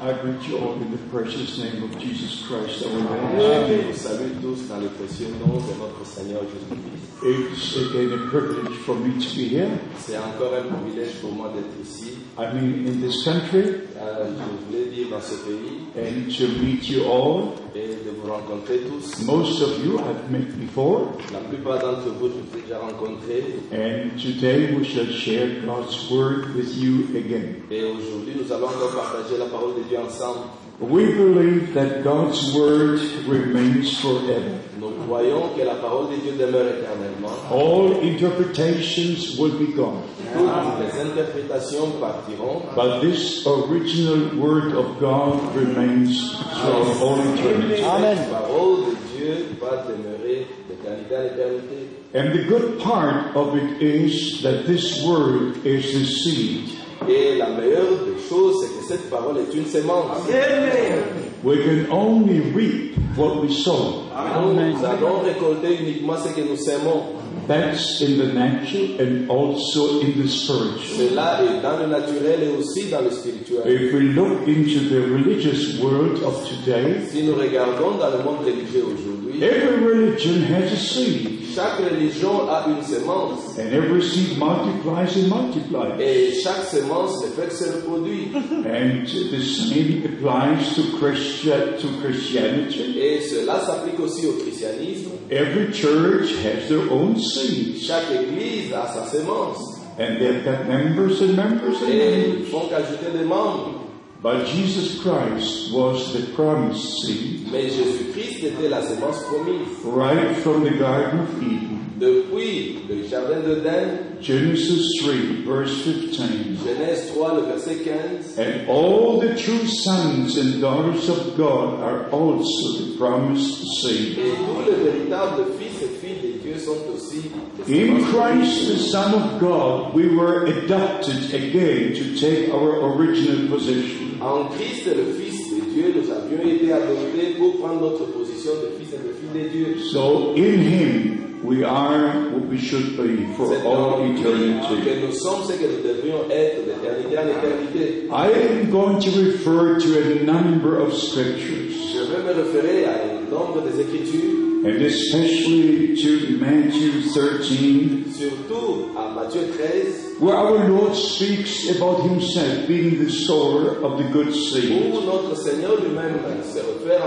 I greet you all in the precious name of Jesus Christ, our Lord. Je vous salue tous dans le précieux nom de notre Seigneur Jésus-Christ. It's again a privilege for me to be here. C'est encore un privilège pour moi d'être ici. I mean, in this country, Euh, je voulais dire dans ce pays and to meet you all. et de vous rencontrer tous. Most of you I've met before, La plupart d'entre vous, je vous ai déjà rencontrés and today we shall share God's word with you again. et aujourd'hui, nous allons encore partager la parole de Dieu ensemble. We believe that God's word remains forever. Nous croyons que la parole de Dieu demeure éternellement. All interpretations will be gone, Toutes les interprétations partiront, but this original word of God remains throughout all eternity. La parole de Dieu va demeurer d'éternité à l'éternité. And the good part of it is that this word is the seed. Et la meilleure des choses, c'est que cette parole est une semence. We can only reap what we sow. Nous, nous allons récolter uniquement ce que nous semons. That's in the natural and also in the spiritual. Cela est dans le naturel et aussi dans le spirituel. If we look into the religious world of today, Si nous regardons dans le monde religieux aujourd'hui, every religion has a seed, chaque religion a une semence. and every seed multiplies and multiplies. Et chaque semence, le fait que se reproduit. And the same applies to, Christia- to Christianity. Et cela s'applique aussi au christianisme. Every church has their own seed, Chaque église a sa semence. and they've got members and members and Et members. ils font qu'ajouter des membres. But Jesus Christ was the promised seed Mais Jésus-Christ était la semence promise. right from the Garden of Eden. Depuis le jardin d'Éden, Genesis 3, verse 15. Genèse 3, le verset 15. And all the true sons and daughters of God are also the promised Et seed. tous les véritables fils et filles de Dieu sont aussi des In enfants de Christ, Dieu. the Son of God, we were adopted again to take our original position. En Christ, le Fils de Dieu, nous avions été adoptés pour prendre notre position de fils et de filles de Dieu. So in Him, we are what we should be for C'est en all lui eternity. que nous sommes ce que nous devrions être d'éternité en éternité. I am going to refer to a number of scriptures, Je vais me référer à un nombre des Écritures, and especially to Matthew 13, surtout à Matthieu 13, where our Lord speaks about Himself being the sower of the good seed. où notre Seigneur lui-même se réfère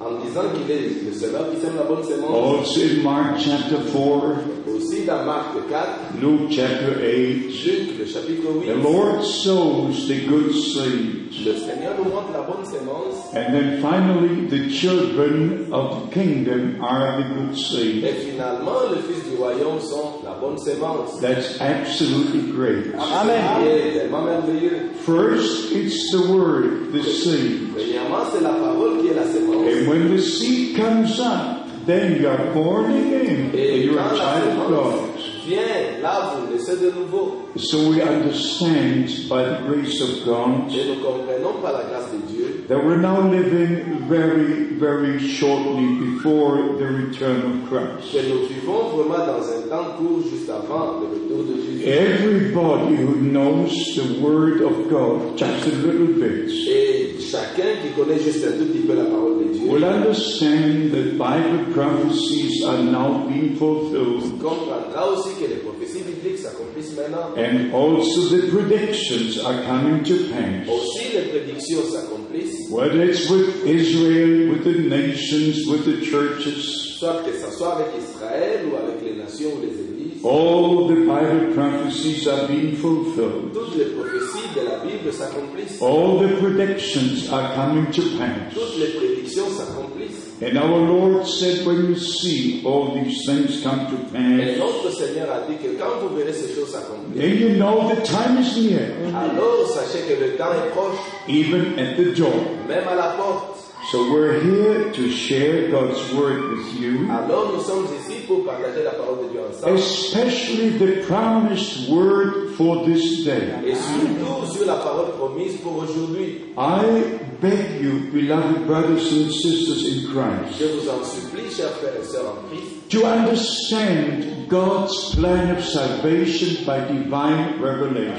en, en disant qu'il est le semeur qui sème la bonne semence. Also in Mark chapter 4, Aussi dans Marc 4, Luke chapter 8, Luc, le chapitre 8. the Lord sows the good seed. Le Seigneur nous montre la bonne semence. And then finally, the children of the kingdom are the good seed. Et finalement, les fils du royaume sont la bonne semence. That's absolutely great. Amen. est tellement merveilleux. First, it's the word, the seed. Premièrement, c'est la parole qui est la semence. And when the seed comes up, then you are born again and Et Eh, you quand are a la child of semence God. vient, là, vous laissez de nouveau. So we understand by the grace of God Et nous comprenons par la grâce de Dieu that we're now living very, very shortly before the return of Christ. que nous vivons vraiment dans un temps court juste avant le retour de Jésus. Everybody who knows the Word of God just a little bit Et chacun qui connaît juste un tout petit peu la parole de Dieu will understand that Bible prophecies are now being fulfilled comprendra aussi que les prophéties bibliques s'accomplissent maintenant. and also the predictions are coming to pass. Aussi, les prédictions s'accomplissent. Whether it's with Israel, with the nations, with the churches, soit que ce soit avec Israël ou avec les nations ou les églises, all the Bible prophecies are being fulfilled. toutes les prophéties de la Bible s'accomplissent, All the predictions are coming to pass. toutes les prédictions s'accomplissent. And our Lord said, when you see all these things come to pass, Et notre Seigneur a dit que quand vous verrez ces choses s'accomplir, then you know the time is near, alors sachez que le temps est proche, even at the door. même à la porte. So we're here to share God's word with you, Alors nous sommes ici pour partager la parole de Dieu ensemble, especially the promised word for this day. et surtout sur la parole promise pour aujourd'hui. I beg you, beloved brothers and sisters in Christ, Je vous en supplie, chers frères et sœurs en Christ, to understand God's plan of salvation by divine revelation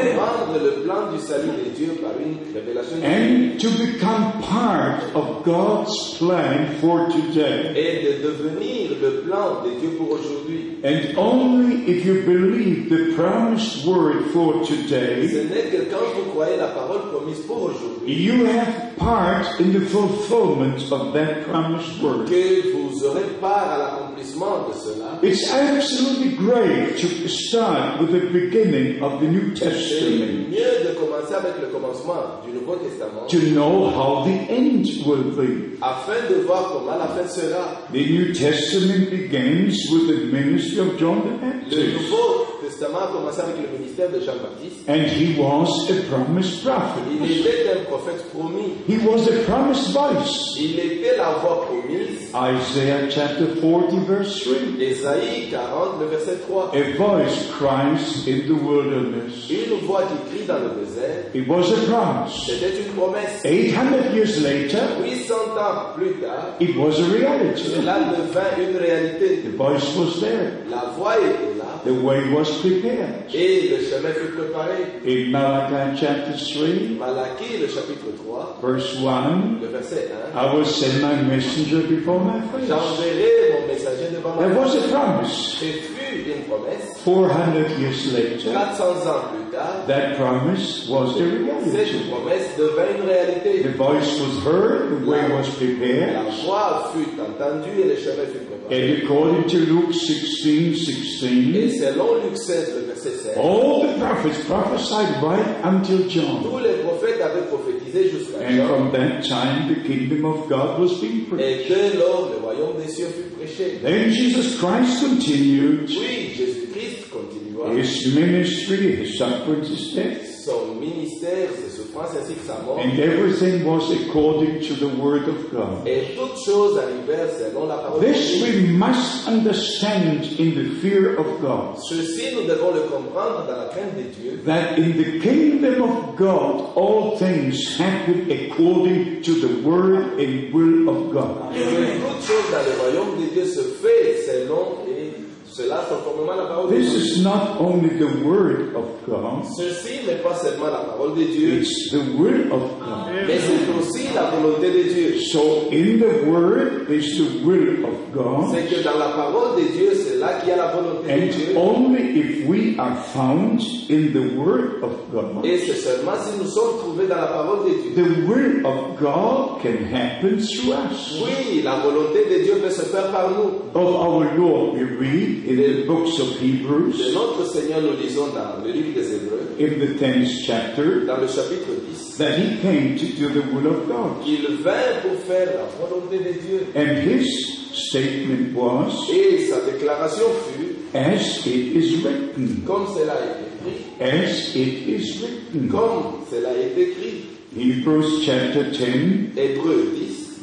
comprendre le plan du salut de Dieu par une révélation divine and to become part of God's plan for today. et de devenir le plan de Dieu pour aujourd'hui. And only if you believe the promised word for Ce today, n'est que quand vous croyez la parole promise pour aujourd'hui you have part in the fulfillment of that promised word. que vous aurez part à l'accomplissement de cela. It's absolutely great to start with the beginning of the New C'est Testament mieux de commencer avec le commencement du Nouveau Testament to know how the end will be. afin de voir comment la fin sera. The New Testament begins with the ministry of John the Le Baptist, Nouveau Testament a commencé avec le ministère de Jean-Baptiste. and he was a promised prophet. Il était un prophète promis. He was a promised voice. Il était la voix promise. Isaiah chapter 40, verse 3. Ésaïe 40, le verset 3. A voice cries in the wilderness. Une voix qui crie dans le désert. It was a promise. C'était une promesse. 800 years later, 800 ans plus tard, it was a reality. cela devint une réalité. The voice was there. La voix était là The way was prepared. et le chemin fut préparé. In Malachi chapter 3, Malachie, le chapitre 3, verse 1, le verset 1. I will send my messenger before my face. J'enverrai mon messager devant There moi. was a promise. Ce fut une promesse. 400 years later, 400 ans plus tard, that promise was a cette reality. promesse devint une réalité. The voice was heard, the way was La prepared, voix fut entendue et le chemin fut préparé. and according to Luke 16, Et 16, selon Luc 16, le verset 16, all the prophets prophesied right until John. tous les prophètes avaient prophétisé jusqu'à And Jean. from that time the kingdom of God was being preached. Et dès lors, le royaume des cieux fut prêché. Then Jesus Christ continued Oui, Jésus-Christ continua his ministry, his sufferings, his death, son ministère, ses souffrances ainsi que sa mort. and everything was according to the word of God. Et toutes choses arrivèrent selon la parole de This Dieu. we must understand in the fear of God. Ceci, nous devons le comprendre dans la crainte de Dieu. That in the kingdom of God, all things happen according to the word and will of God. Que toute chose dans le royaume de Dieu se fait selon et cela conformément à la parole de This Dieu. is not only the word of God, Ceci n'est pas seulement la parole de Dieu, it's the will of God. mais c'est aussi la volonté de Dieu. So in the word is the will of God, C'est que dans la parole de Dieu, c'est là qu'il y a la volonté de and Dieu. only if we are found in the word of God, Et c'est seulement si nous sommes trouvés dans la parole de Dieu. the will of God can happen through us. Oui, la volonté de Dieu peut se faire par nous. of our Lord we read in the books of De Hebrews, notre Seigneur, nous lisons dans le livre des Hébreux, in the 10th chapter, dans le chapitre 10, that he came to do the will of God. qu'il vint pour faire la volonté de Dieu. And his statement was, Et sa déclaration fut, as it is written, comme cela est écrit, as it is written. comme cela est écrit. Hebrews chapter 10, Hébreux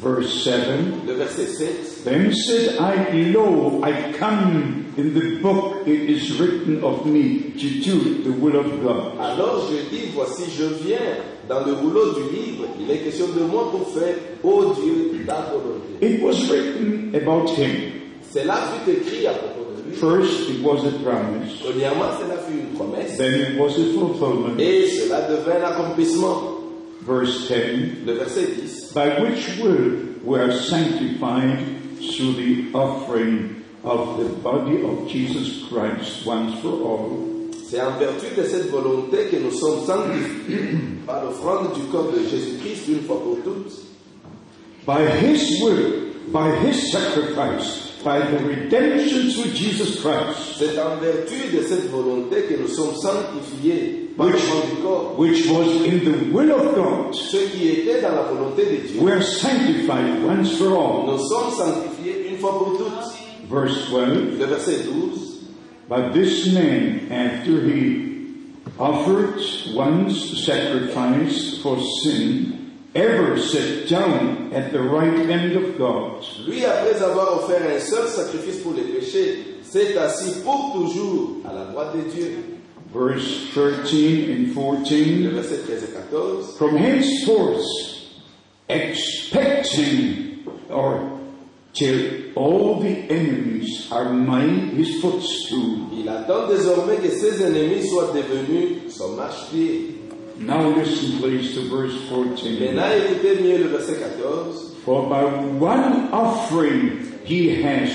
10, verse 7. le verset 7. Then said I, Lo, I come in the book it is written of me to do the will of God. Alors je dis, voici, je viens dans le rouleau du livre. Il est question de moi pour faire, ô Dieu, ta volonté. It was written about him. Cela fut écrit à propos de lui. First, it was a promise. Premièrement, cela fut une promesse. Then it was a fulfillment. Et cela devint l'accomplissement. Verse 10 Le verset 10. By which will we are sanctified through the offering of the body of Jesus Christ once for all. C'est en vertu de cette volonté que nous sommes sanctifiés par l'offrande du corps de Jésus-Christ une fois pour toutes. By his will, by his sacrifice, by the redemption through Jesus Christ, C'est en vertu de cette volonté que nous sommes sanctifiés par Which- l'offrande du corps. which was in the will of God, Ce qui était dans la volonté de Dieu. we are sanctified once for all. Nous sommes sanctifiés une fois pour toutes. Verse 12 Le verset 12. But this man, after he offered one's sacrifice for sin, ever sat down at the right hand of God. Lui, après avoir offert un seul sacrifice pour les péchés, s'est assis pour toujours à la droite de Dieu. Verse 13 and Le 14. verset 13 et 14. From henceforth, expecting or till all the enemies are mine his footstool. Il attend désormais que ses ennemis soient devenus son marche-pied. Now listen, please, to verse 14. Maintenant, écoutez mieux le verset 14. For by one offering he has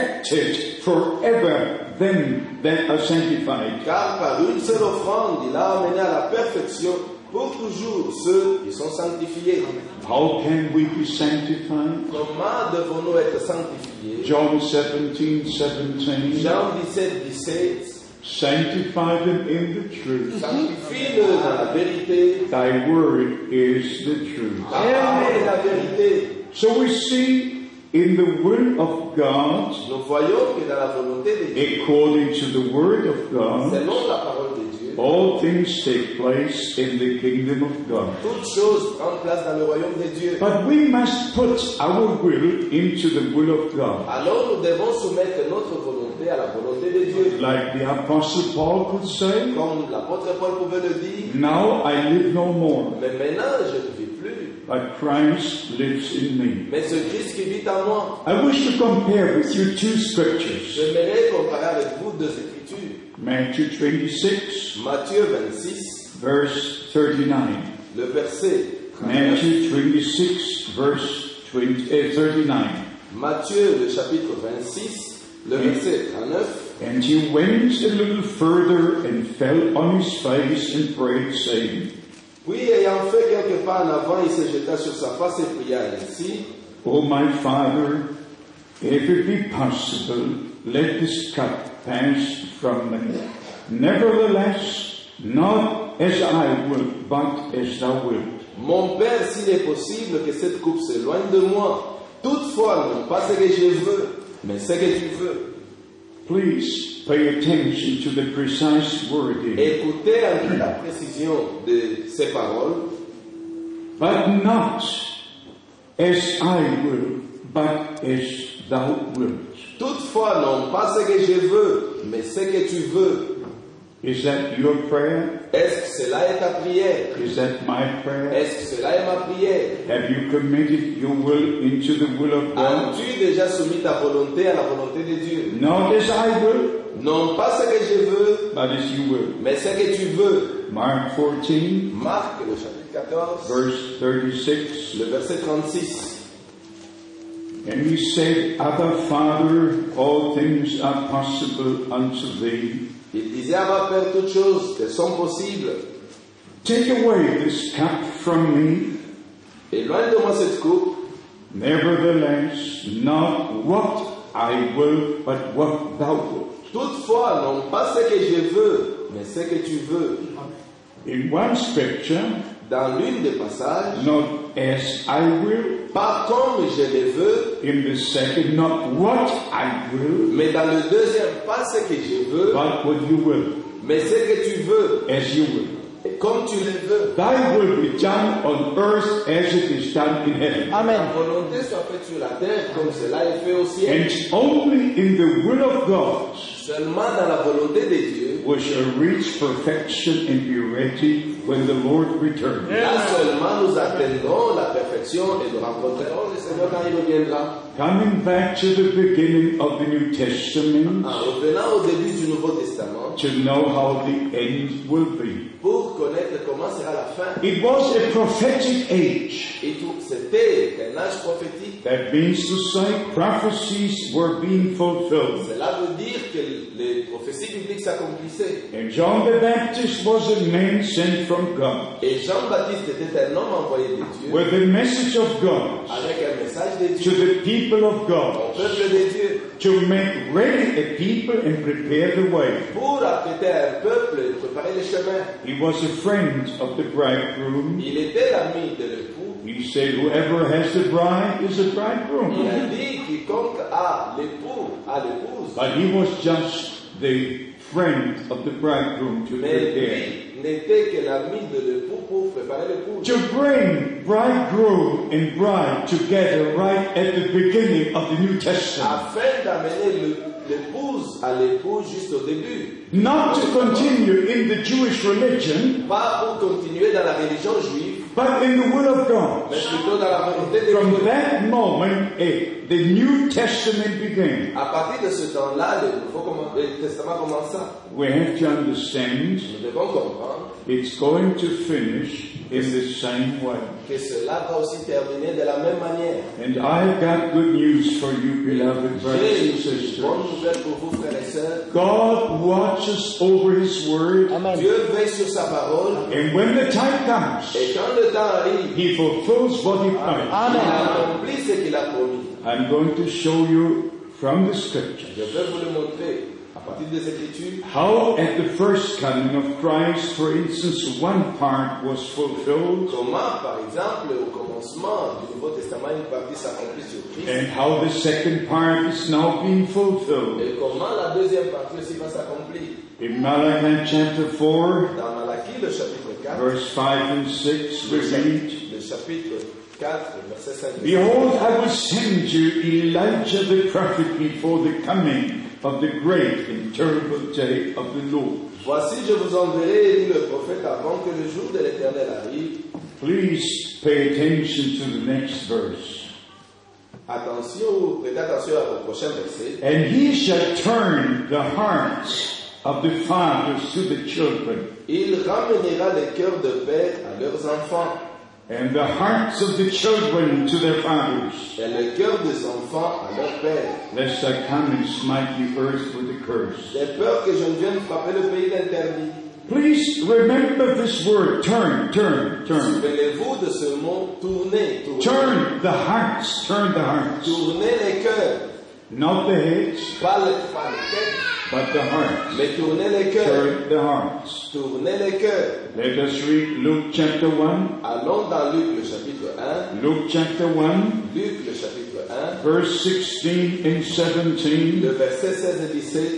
perfected forever them that are sanctified. Car par une seule offrande, il a amené à la perfection pour toujours ceux qui sont sanctifiés. How can we be sanctified? Comment devons-nous être sanctifiés John 17, 17. Jean 17, 17. Sanctify them in the truth. Sanctifie-le dans la vérité. Thy word is the truth. La parole est la vérité. So we see in the will of God, Nous voyons que dans la volonté de Dieu, according to the word of God, selon la parole de Dieu, all things take place in the kingdom of God. toute chose prend place dans le royaume de Dieu. But we must put our will into the will of God. Alors nous devons soumettre notre volonté à la volonté de Dieu. Like the Apostle Paul could say, Comme l'apôtre Paul pouvait le dire, Now I live no more, mais maintenant je ne vis plus, but Christ lives in me. mais ce Christ qui vit en moi. I wish to compare with you two scriptures. J'aimerais comparer avec vous deux écritures. Matthew 26, Matthieu 26, verse 39. le verset 39. Matthew 26, verse 20, uh, 39. Matthieu, le chapitre 26, le verset 39. And he went a little further and fell on his face and prayed, saying, Puis, ayant fait quelques pas en avant, il se jeta sur sa face et pria ainsi O my Father, if it be possible, let this cup pass from me. Nevertheless, not as I will, but as thou wilt. Mon Père, s'il est possible que cette coupe s'éloigne de moi, toutefois, non pas ce que je veux, mais ce que tu veux. Please pay attention to the precise wording, Écoutez avec la précision de ces paroles, but not as I will, but as thou wilt. toutefois, non pas ce que je veux, mais ce que tu veux. Is that your prayer? Est-ce que cela est ta prière Is that my prayer? Est-ce que cela est ma prière Have you committed your will into the will of God? As-tu déjà soumis ta volonté à la volonté de Dieu Not as I will, Non pas ce que je veux, but as you will. mais ce que tu veux. Mark 14, Marc, le chapitre 14, verse 36. le verset 36. And he said, Abba, Father, all things are possible unto thee. Il disait à ma Père, toutes choses te sont possibles. Take away this cup from me. Éloigne de moi cette coupe. Nevertheless, not what I will, but what thou wilt. Toutefois, non pas ce que je veux, mais ce que tu veux. In one scripture, Dans l'une des passages, not as I will. pas comme je le veux, In the second, not what I will, mais dans le deuxième, pas ce que je veux, but what you will, mais ce que tu veux, as you will. et comme tu le veux. Thy will be done on earth as it is done in heaven. Ta volonté soit faite sur la terre comme cela est fait au ciel. And only in the will of God Seulement dans la volonté de Dieu, we shall reach perfection and be ready when the Lord returns. là seulement nous atteindrons la perfection et nous rencontrerons le Seigneur quand il reviendra. Coming back to the beginning of the New Testament, En revenant au début du Nouveau Testament, to know how the end will be. pour connaître comment sera la fin, It was a prophetic age. et tout, c'était un âge prophétique. That means to say prophecies were being fulfilled. Cela veut dire que les prophéties bibliques s'accomplissaient. And John the Baptist was a man sent from God Et Jean-Baptiste était un homme envoyé de Dieu, with the message of God avec un message de to Dieu, the people of au God peuple de Dieu, to make ready a people and prepare the way. pour apprêter à un peuple et préparer le chemin. He was a friend of the bridegroom. Il était l'ami de l'époux. He said, Whoever has the bride is a Il a bridegroom. dit quiconque a l'époux, a l'épouse. But he was just the friend of the bridegroom to Mais prepare. lui n'était que l'ami de l'époux pour préparer l'épouse. To bring bridegroom and bride together right at the beginning of the New Testament. afin d'amener le- l'épouse à l'époux juste au début, Not to continue in the Jewish religion, pas pour continuer dans la religion juive, But in the will of God, mais plutôt dans la volonté de from Dieu. that moment, eh, the New Testament began. À partir de ce temps-là, le, Nouveau Command- le Testament commença. We have to understand Nous devons comprendre it's going to finish in the same way. que cela va aussi terminer de la même manière. And I've got good news for you, beloved brothers J'ai and une sisters. bonne nouvelle pour vous, frères et sœurs. God watches over His word, Amen. Dieu veille sur sa parole and when the time comes, et quand le temps arrive, He fulfills what He promised. il Amen. accomplit ce qu'il a promis. I'm going to show you from the Je Scripture vais vous le montrer à partir des Écritures. how, at the first coming of Christ, for instance, one part was fulfilled, Comment, par exemple, au commencement du Nouveau Testament, une partie s'accomplit sur Christ and how the second part is now being fulfilled. et comment la deuxième partie aussi va s'accomplir. In Malachi chapter 4, Dans Malachie, le chapitre 4, verse 5 and 6, we read. le chapitre 4, verset 5. Behold, I will send you Elijah the prophet before the coming of the great and terrible day of the Lord. Voici, je vous enverrai Élie le prophète avant que le jour de l'Éternel arrive. Please pay attention to the next verse. Attention, prêtez attention à vos prochain verset. And he shall turn the hearts of the fathers to the children, Il ramènera les cœurs de père à leurs enfants and the hearts of the children to their fathers, et le cœur des enfants à leur père. lest I come and smite the earth with a curse. J'ai peur que je ne vienne frapper le pays d'interdit. Please remember this word, turn, turn, turn. Souvenez-vous de ce mot tourner, tourner, Turn the hearts, turn the hearts. tourner les cœurs. Not the heads, Pas le, pas le tête, but the hearts. mais tourner les cœurs. Turn the hearts. Tourner les cœurs. Let us read Luke chapter 1. Allons dans Luc le chapitre 1. Luke chapter 1, Luc le chapitre 1. verse 16 and 17. Le verset 16 et 17.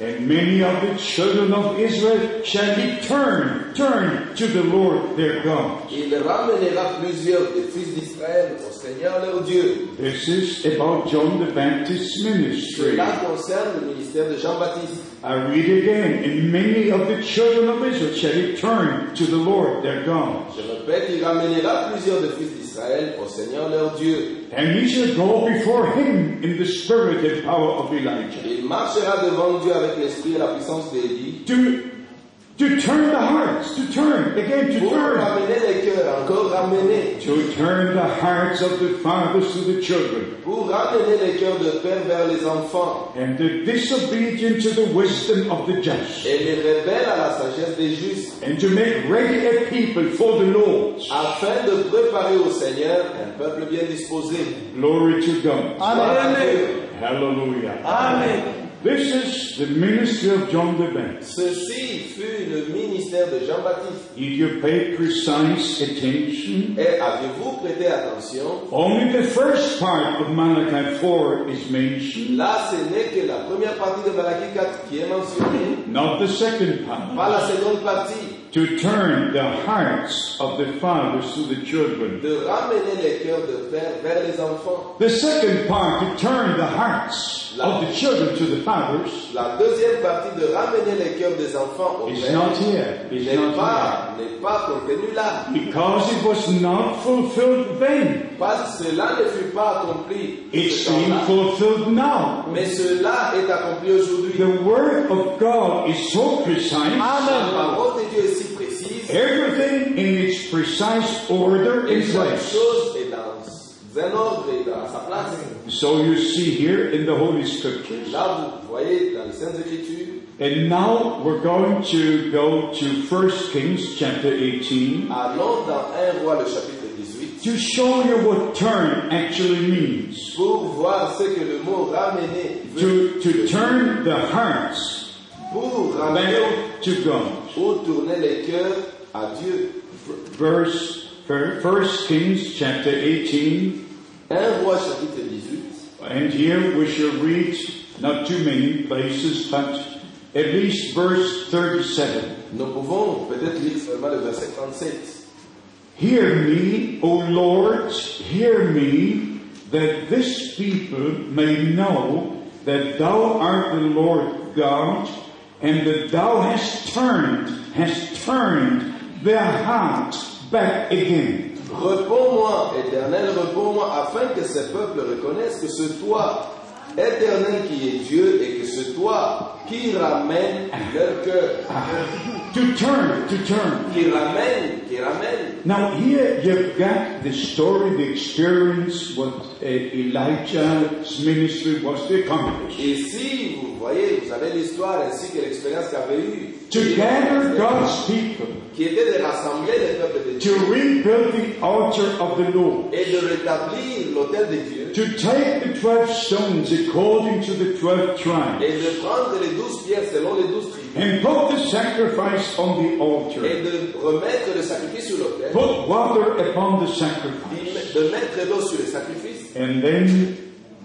And many of the children of Israel shall return, turn to the Lord their God. Il ramènera plusieurs des fils d'Israël au Seigneur leur Dieu. This is about John the Baptist's ministry. Cela concerne le ministère de Jean-Baptiste. I read again. And many of the children of Israel shall return to the Lord their God. Je répète, il ramènera plusieurs des fils d'Israël au Seigneur leur Dieu. And he shall go before him in the spirit and power of Elijah. Il marchera devant Dieu avec l'esprit et la puissance d'Élie to to turn the hearts, to turn again, to pour turn, ramener les cœurs, encore ramener, to turn the hearts of the fathers to the children, pour ramener les cœurs de père vers les enfants and the disobedient to the wisdom of the just, et les rebelles à la sagesse des justes, and to make ready a people for the Lord. afin de préparer au Seigneur un peuple bien disposé. Glory to God. Gloire à Dieu. Hallelujah. Amen. This is the ministry of John the Baptist. Ceci fut le ministère de Jean-Baptiste. If you pay precise attention, Et avez-vous prêté attention only the first part of Malachi 4 is mentioned, Là, ce n'est que la première partie de Malachie 4 qui est mentionnée, not the second part. pas la seconde partie, to turn the hearts of the fathers to the children. de ramener les cœurs de père vers les enfants. The second part, to turn the hearts of the children to the fathers, La deuxième partie de ramener les cœurs des enfants au is père not here. It's n'est not pas, n'est pas contenue là, here. Because it was not fulfilled then. parce que cela ne fut pas accompli. It's ce temps-là. being fulfilled now. Mais cela est accompli aujourd'hui. The word of God is so precise. La Amen. parole de Dieu est si précise, Everything in its precise order et and chaque place. chose est dans un ordre et dans sa place. So you see here in the Holy Scriptures. Là, vous voyez dans les Saintes Écritures, And now we're going to go to 1 Kings chapter 18. allons dans 1 roi le chapitre 18. to show you what turn actually means. pour voir ce que le mot ramener veut To, to turn the hearts pour ramener back to God. ou tourner les cœurs à Dieu. Verse First Kings chapter 18, 1 roi chapitre 18, and here we shall read not too many places, but at least verse 37. nous pouvons peut-être lire seulement le verset 37. Hear me, O Lord, hear me, that this people may know that thou art the Lord God, and that thou hast turned, hast turned their heart back again. Repends-moi, éternel, repends-moi, afin que ces peuples reconnaissent que ce toi, éternel qui est Dieu, et que ce toi qui ramène leur cœur, To turn, to turn. qui ramène, qui ramène. Now here you've got the story, the experience, what uh, Elijah's ministry was to accomplish. Et si vous voyez, vous avez l'histoire ainsi que l'expérience qu'avait eue, To gather God's people, qui était de rassembler les peuples de Dieu to rebuild the altar of the Lord, et de rétablir l'autel de Dieu to take the twelve stones according to the twelve tribes, et de prendre les douze pierres selon les douze tribus and put the sacrifice on the altar, et de remettre le sacrifice sur l'autel, put water upon the sacrifice. de mettre l'eau sur le sacrifice and then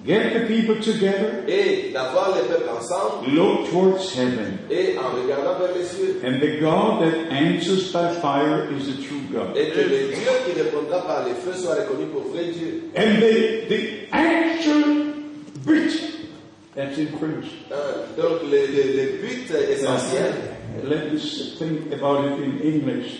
get the people together, et d'avoir les peuples ensemble look towards heaven, et en regardant vers les cieux. and the God that answers by fire is the true God. Et que le Dieu qui répondra par les feux soit reconnu pour vrai Dieu. And the, the actual bit, that's in French. Hein, Donc le, le- le but essentiel, Let us think about it in English.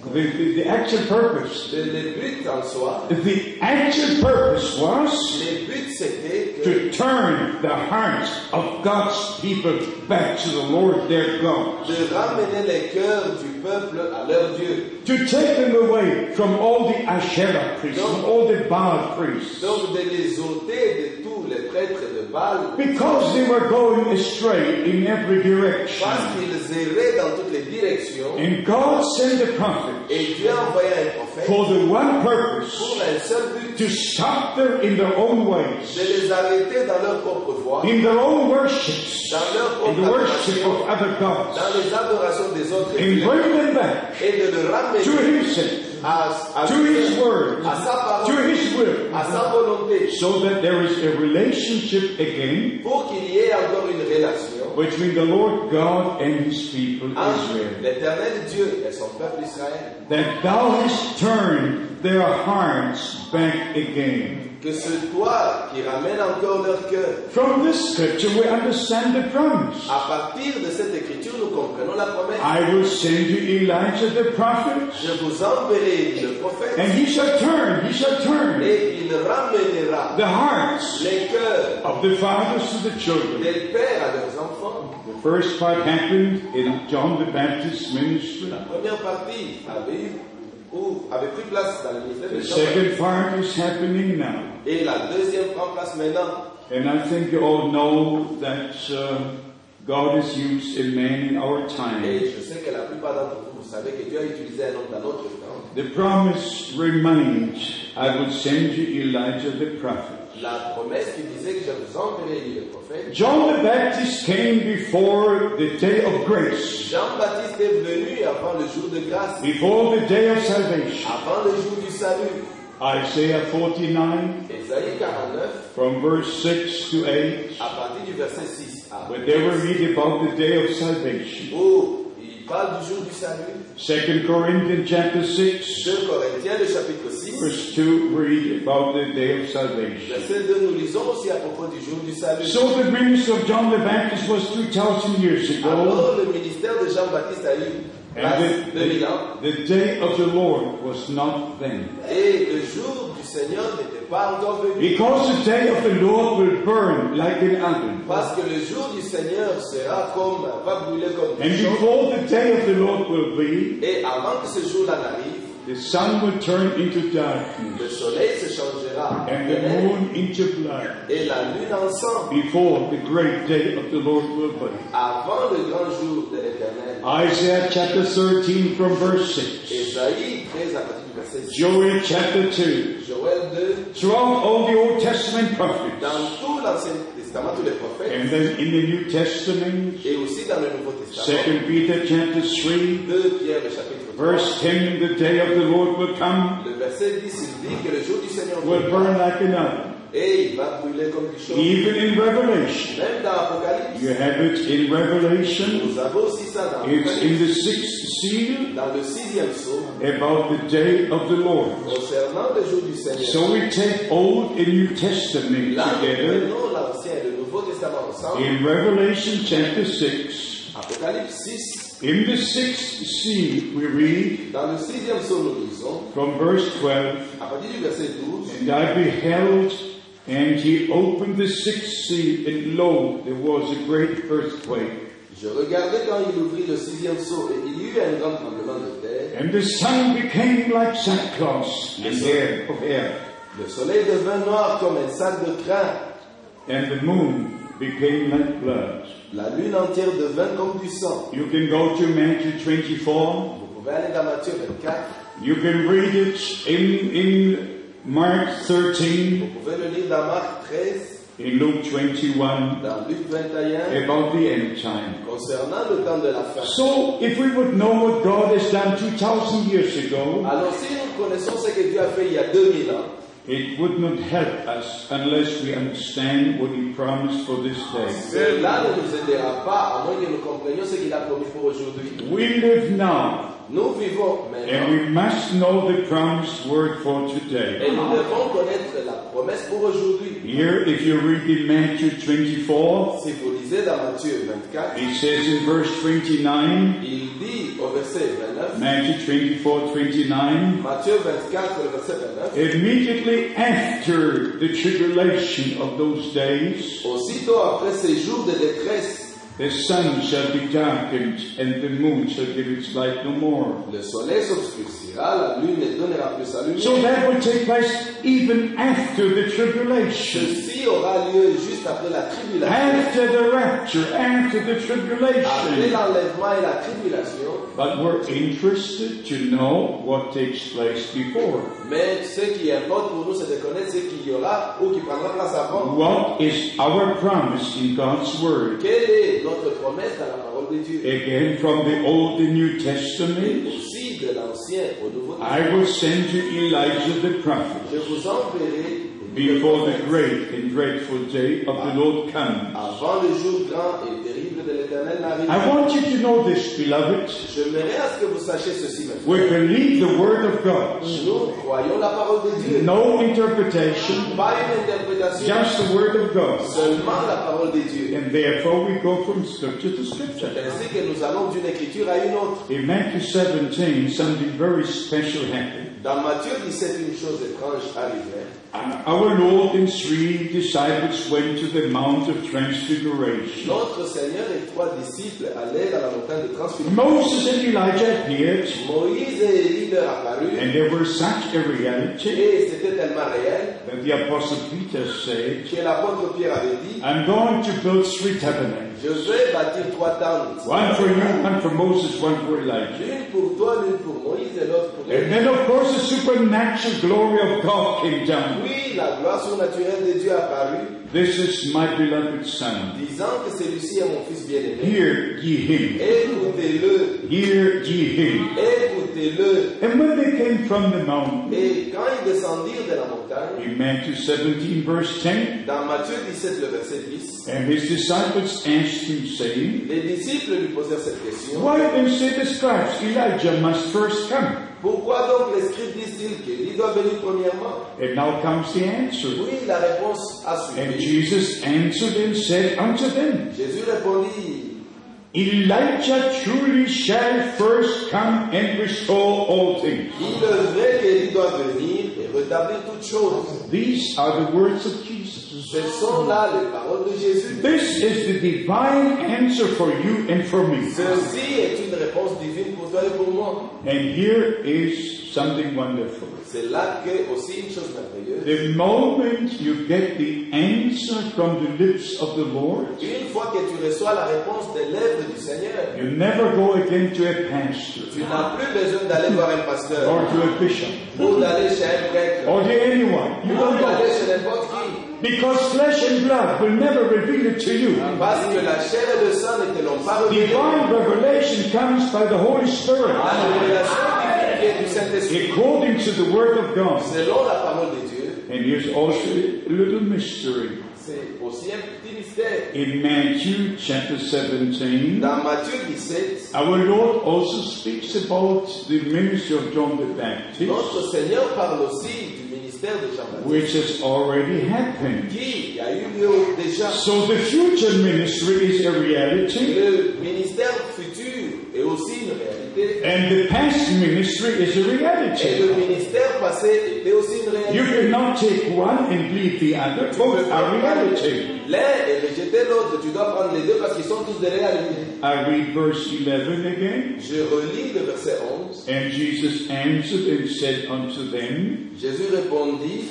The, the, the actual purpose. le, le but en soi, The actual purpose was le but c'était que to turn the hearts of God's people back to the Lord their God. de ramener les cœurs du peuple à leur Dieu. to take them away from all the Asherah priests, from all the Baal priests, Donc de les ôter de tous les prêtres de Baal because they were going astray in every direction. parce qu'ils erraient dans toutes les directions. And God sent a prophet Et Dieu a envoyé un prophète for the one purpose pour un seul but, to stop them in their own de ways, les arrêter dans leur propre voie, in their own worships, dans leur in propre the worship adoration, of other gods, dans les adorations des autres and dieux, bring them back et de le to ramener Himself, à, à, to His Word, à sa parole, to His will, à sa volonté, so that there is a relationship again pour qu'il y ait encore une relation between the Lord God and his people entre Israel. l'éternel Dieu et son peuple Israël. That thou hast turned their hearts back again. Que ce toi qui ramène encore leur cœur. From this scripture we understand the promise. À partir de cette écriture, nous comprenons la promesse. I will send you Elijah the prophet, Je vous enverrai le and prophète he shall turn, he shall turn et il ramènera the hearts les cœurs of the fathers to the children. des pères à leurs enfants. The first part happened in John the Baptist's ministry. La première partie avait, eu- ou avait pris place dans le ministère de The Jean. second part is happening now. Et la deuxième prend place maintenant. And I think you all know that uh, God has used a man in our time. Et je sais que la plupart d'entre vous, vous savez que Dieu a utilisé un homme dans notre temps. The promise remains I will send you Elijah the prophet. La promesse qui disait que je vous enverrai Élie le prophète. John the Baptist came before the day of grace, Jean-Baptiste est venu avant le jour de grâce, before the day of salvation. avant le jour du salut. Isaiah 49, Ésaïe 49, from verse 6 to 8, à partir du verset Ah. 6 à where they will read about the day of salvation. où Oh, il parle du jour du salut. 2 Corinthians chapter 6, 2 Corinthiens, le chapitre 6, verse 2, read about the day of salvation. verset 2, nous lisons aussi à propos du jour du salut. So the ministry of John the Baptist was 3,000 years ago. Alors le ministère de Jean-Baptiste a eu place And de Milan the, the day of the Lord was not then. et le jour du Seigneur n'était pas encore venu. Because the day of the Lord will burn like an oven. Parce que le jour du Seigneur sera comme, va brûler comme And du chaud. before the day of the Lord will be, Et avant que ce jour-là n'arrive, the sun will turn into darkness le soleil se changera en and the ténèbres moon into blood et la lune en sang before the great day of the Lord will be. avant le grand jour de l'éternel. Isaiah chapter 13 from verse 6. Ésaïe 13 à partir du verset 6. Joel chapter 2. Joël 2, Throughout all the Old Testament prophets dans tout l'Ancien Testament, tous les prophètes, and then in the New Testament et aussi dans le Nouveau Testament. Second Peter chapter 3, 2 Pierre, le chapitre 3, verse 10, the day of the Lord will come, le verset 10, il dit que le jour du Seigneur will burn like an oven. et il va brûler comme du chaud. Even in Revelation. Même dans Apocalypse, You have it in Revelation. nous avons aussi ça dans, It's in the sixth seal dans le sixième psaume about the day of the Lord. concernant le jour du Seigneur. So we take Old and New Testament Là, nous together prenons l'Ancien et le Nouveau Testament ensemble. in Revelation chapter 6, Apocalypse 6, In the sixth seal, we read Dans le sixième psaume, nous lisons, from verse 12 à partir du verset 12, And I beheld, and he opened the sixth seal, and lo, there was a great earthquake. Je regardais quand il ouvrit le sixième sceau et il y eut un grand tremblement de terre. And the sun became like sackcloth, and hair of hair, Le soleil devint noir comme un sac de crin. and the moon became like blood. La lune entière devint comme du sang. You can go to Matthew 24. Vous pouvez aller dans Matthieu 24, You can read it in, in Mark 13, vous pouvez le lire dans Marc 13, in Luke 21, dans Luc 21, about the end time. concernant le temps de la fin. So, if we would know what God has done 2,000 years ago, Alors si nous connaissons ce que Dieu a fait il y a 2000 ans, it would not help us unless we understand what He promised for this day. cela ne nous aidera pas à moins que nous comprenions ce qu'il a promis pour aujourd'hui. We live now, Nous vivons and maintenant we must know the promised word for today. et nous devons connaître la promesse pour aujourd'hui. Here, if you read in Matthew 24, Si vous lisez dans Matthieu 24, it says in verse 29, Il dit au verset 29, Matthew 24, 29, Matthieu 24, le verset 29, Immediately after the tribulation of those days, Aussitôt après ces jours de détresse, the sun shall be darkened, and the moon shall give its light no more. le soleil s'obscurcira, la lune ne donnera plus sa lumière. So that will take place even after the tribulation, Ceci aura lieu juste après la tribulation, after the rapture, after the après tribulation. l'enlèvement et la tribulation. But we're interested to know what takes place before. Mais ce qui importe pour nous, c'est de connaître ce qu'il y aura ou qui prendra place avant. What is our promise in God's Word? Quelle est notre promesse dans la parole de Dieu Again, from the Old and New Testament, Aussi de l'Ancien au Nouveau Testament. I will send you Elijah the prophet. Je vous enverrai before the great and dreadful day of the Lord comes. avant le jour grand et terrible de l'Éternel n'arrive. I want you to know this, beloved. J'aimerais à ce que vous sachiez ceci maintenant. We believe the Word of God. Nous croyons la parole de Dieu, No interpretation, pas une interprétation, just the Word of God. seulement la parole de Dieu. And therefore we go from Scripture to Scripture. Ainsi que nous allons d'une écriture à une autre. In Matthew 17, something very special happened. Dans Matthieu 17, une chose étrange arrivait. Our Lord and three disciples went to the Mount of Transfiguration. Notre Seigneur et trois disciples allaient dans la montagne de Transfiguration. Moses and Elijah appeared, Moïse et Élie leur apparurent, and they were such a reality et c'était tellement réel that the Apostle Peter said, que l'apôtre Pierre avait dit I'm going to build three tabernacles. Je vais bâtir trois tentes. One for you, one for Moses, one for Elijah. L'une pour toi, l'une pour Moïse et l'autre pour Élie. And then, of course, the supernatural glory of God came down. Puis la gloire surnaturelle de Dieu apparut. This is my beloved son. disant que celui-ci est mon fils bien-aimé. Hear ye him. Écoutez-le, Hear ye him. écoutez-le. And when they came from the mountain, Et quand ils descendirent de la montagne, in Matthew 17, verse 10, dans Matthieu 17, le verset 10, and his disciples asked him, saying, les disciples lui posèrent cette question. Why then say the scribes, Elijah must first come? Pourquoi donc les scribes disent-ils qu'Élie doit venir premièrement And now comes the answer. Oui, la réponse a And suivi. Jesus answered and said unto them, Jésus répondit, Elijah truly shall first come and restore all things. il est vrai qu'Élie doit venir et rétablir toutes choses. These are the words of Jesus. Ce sont là les paroles de Jésus. This is the divine answer for you and for me. Ceci est une réponse divine pour toi et pour moi. And here is something wonderful. C'est là que aussi une chose merveilleuse. The moment you get the answer from the lips of the Lord, Une fois que tu reçois la réponse des lèvres du Seigneur, you never go again to a pastor tu n'as plus besoin d'aller voir un pasteur or to a bishop ou d'aller chez un prêtre or to anyone. You ou don't d'aller go. chez n'importe qui. Because flesh and blood will never reveal it to you. Parce que la chair et le sang ne te l'ont pas remis. Divine revelation comes by the Holy Spirit La révélation qui vient du Saint-Esprit, according to the Word of God. selon la parole de Dieu, And here's also a little mystery. c'est aussi un petit mystère. In Matthew chapter 17, Dans Matthieu 17, our Lord also speaks about the ministry of John the Baptist, notre Seigneur parle aussi du ministère de Jean-Baptiste which has already happened. qui a eu lieu déjà. So the future ministry is a reality, Le ministère futur est au une réalité. And the past ministry is a Et reality. le ministère passé était aussi une You réalité. cannot take one and leave the other. Both are reality. L'un est rejeté, l'autre, tu dois prendre les deux parce qu'ils sont tous des réalités. I read verse 11 again. Je relis le verset 11. And Jesus answered and said unto them, Jésus répondit,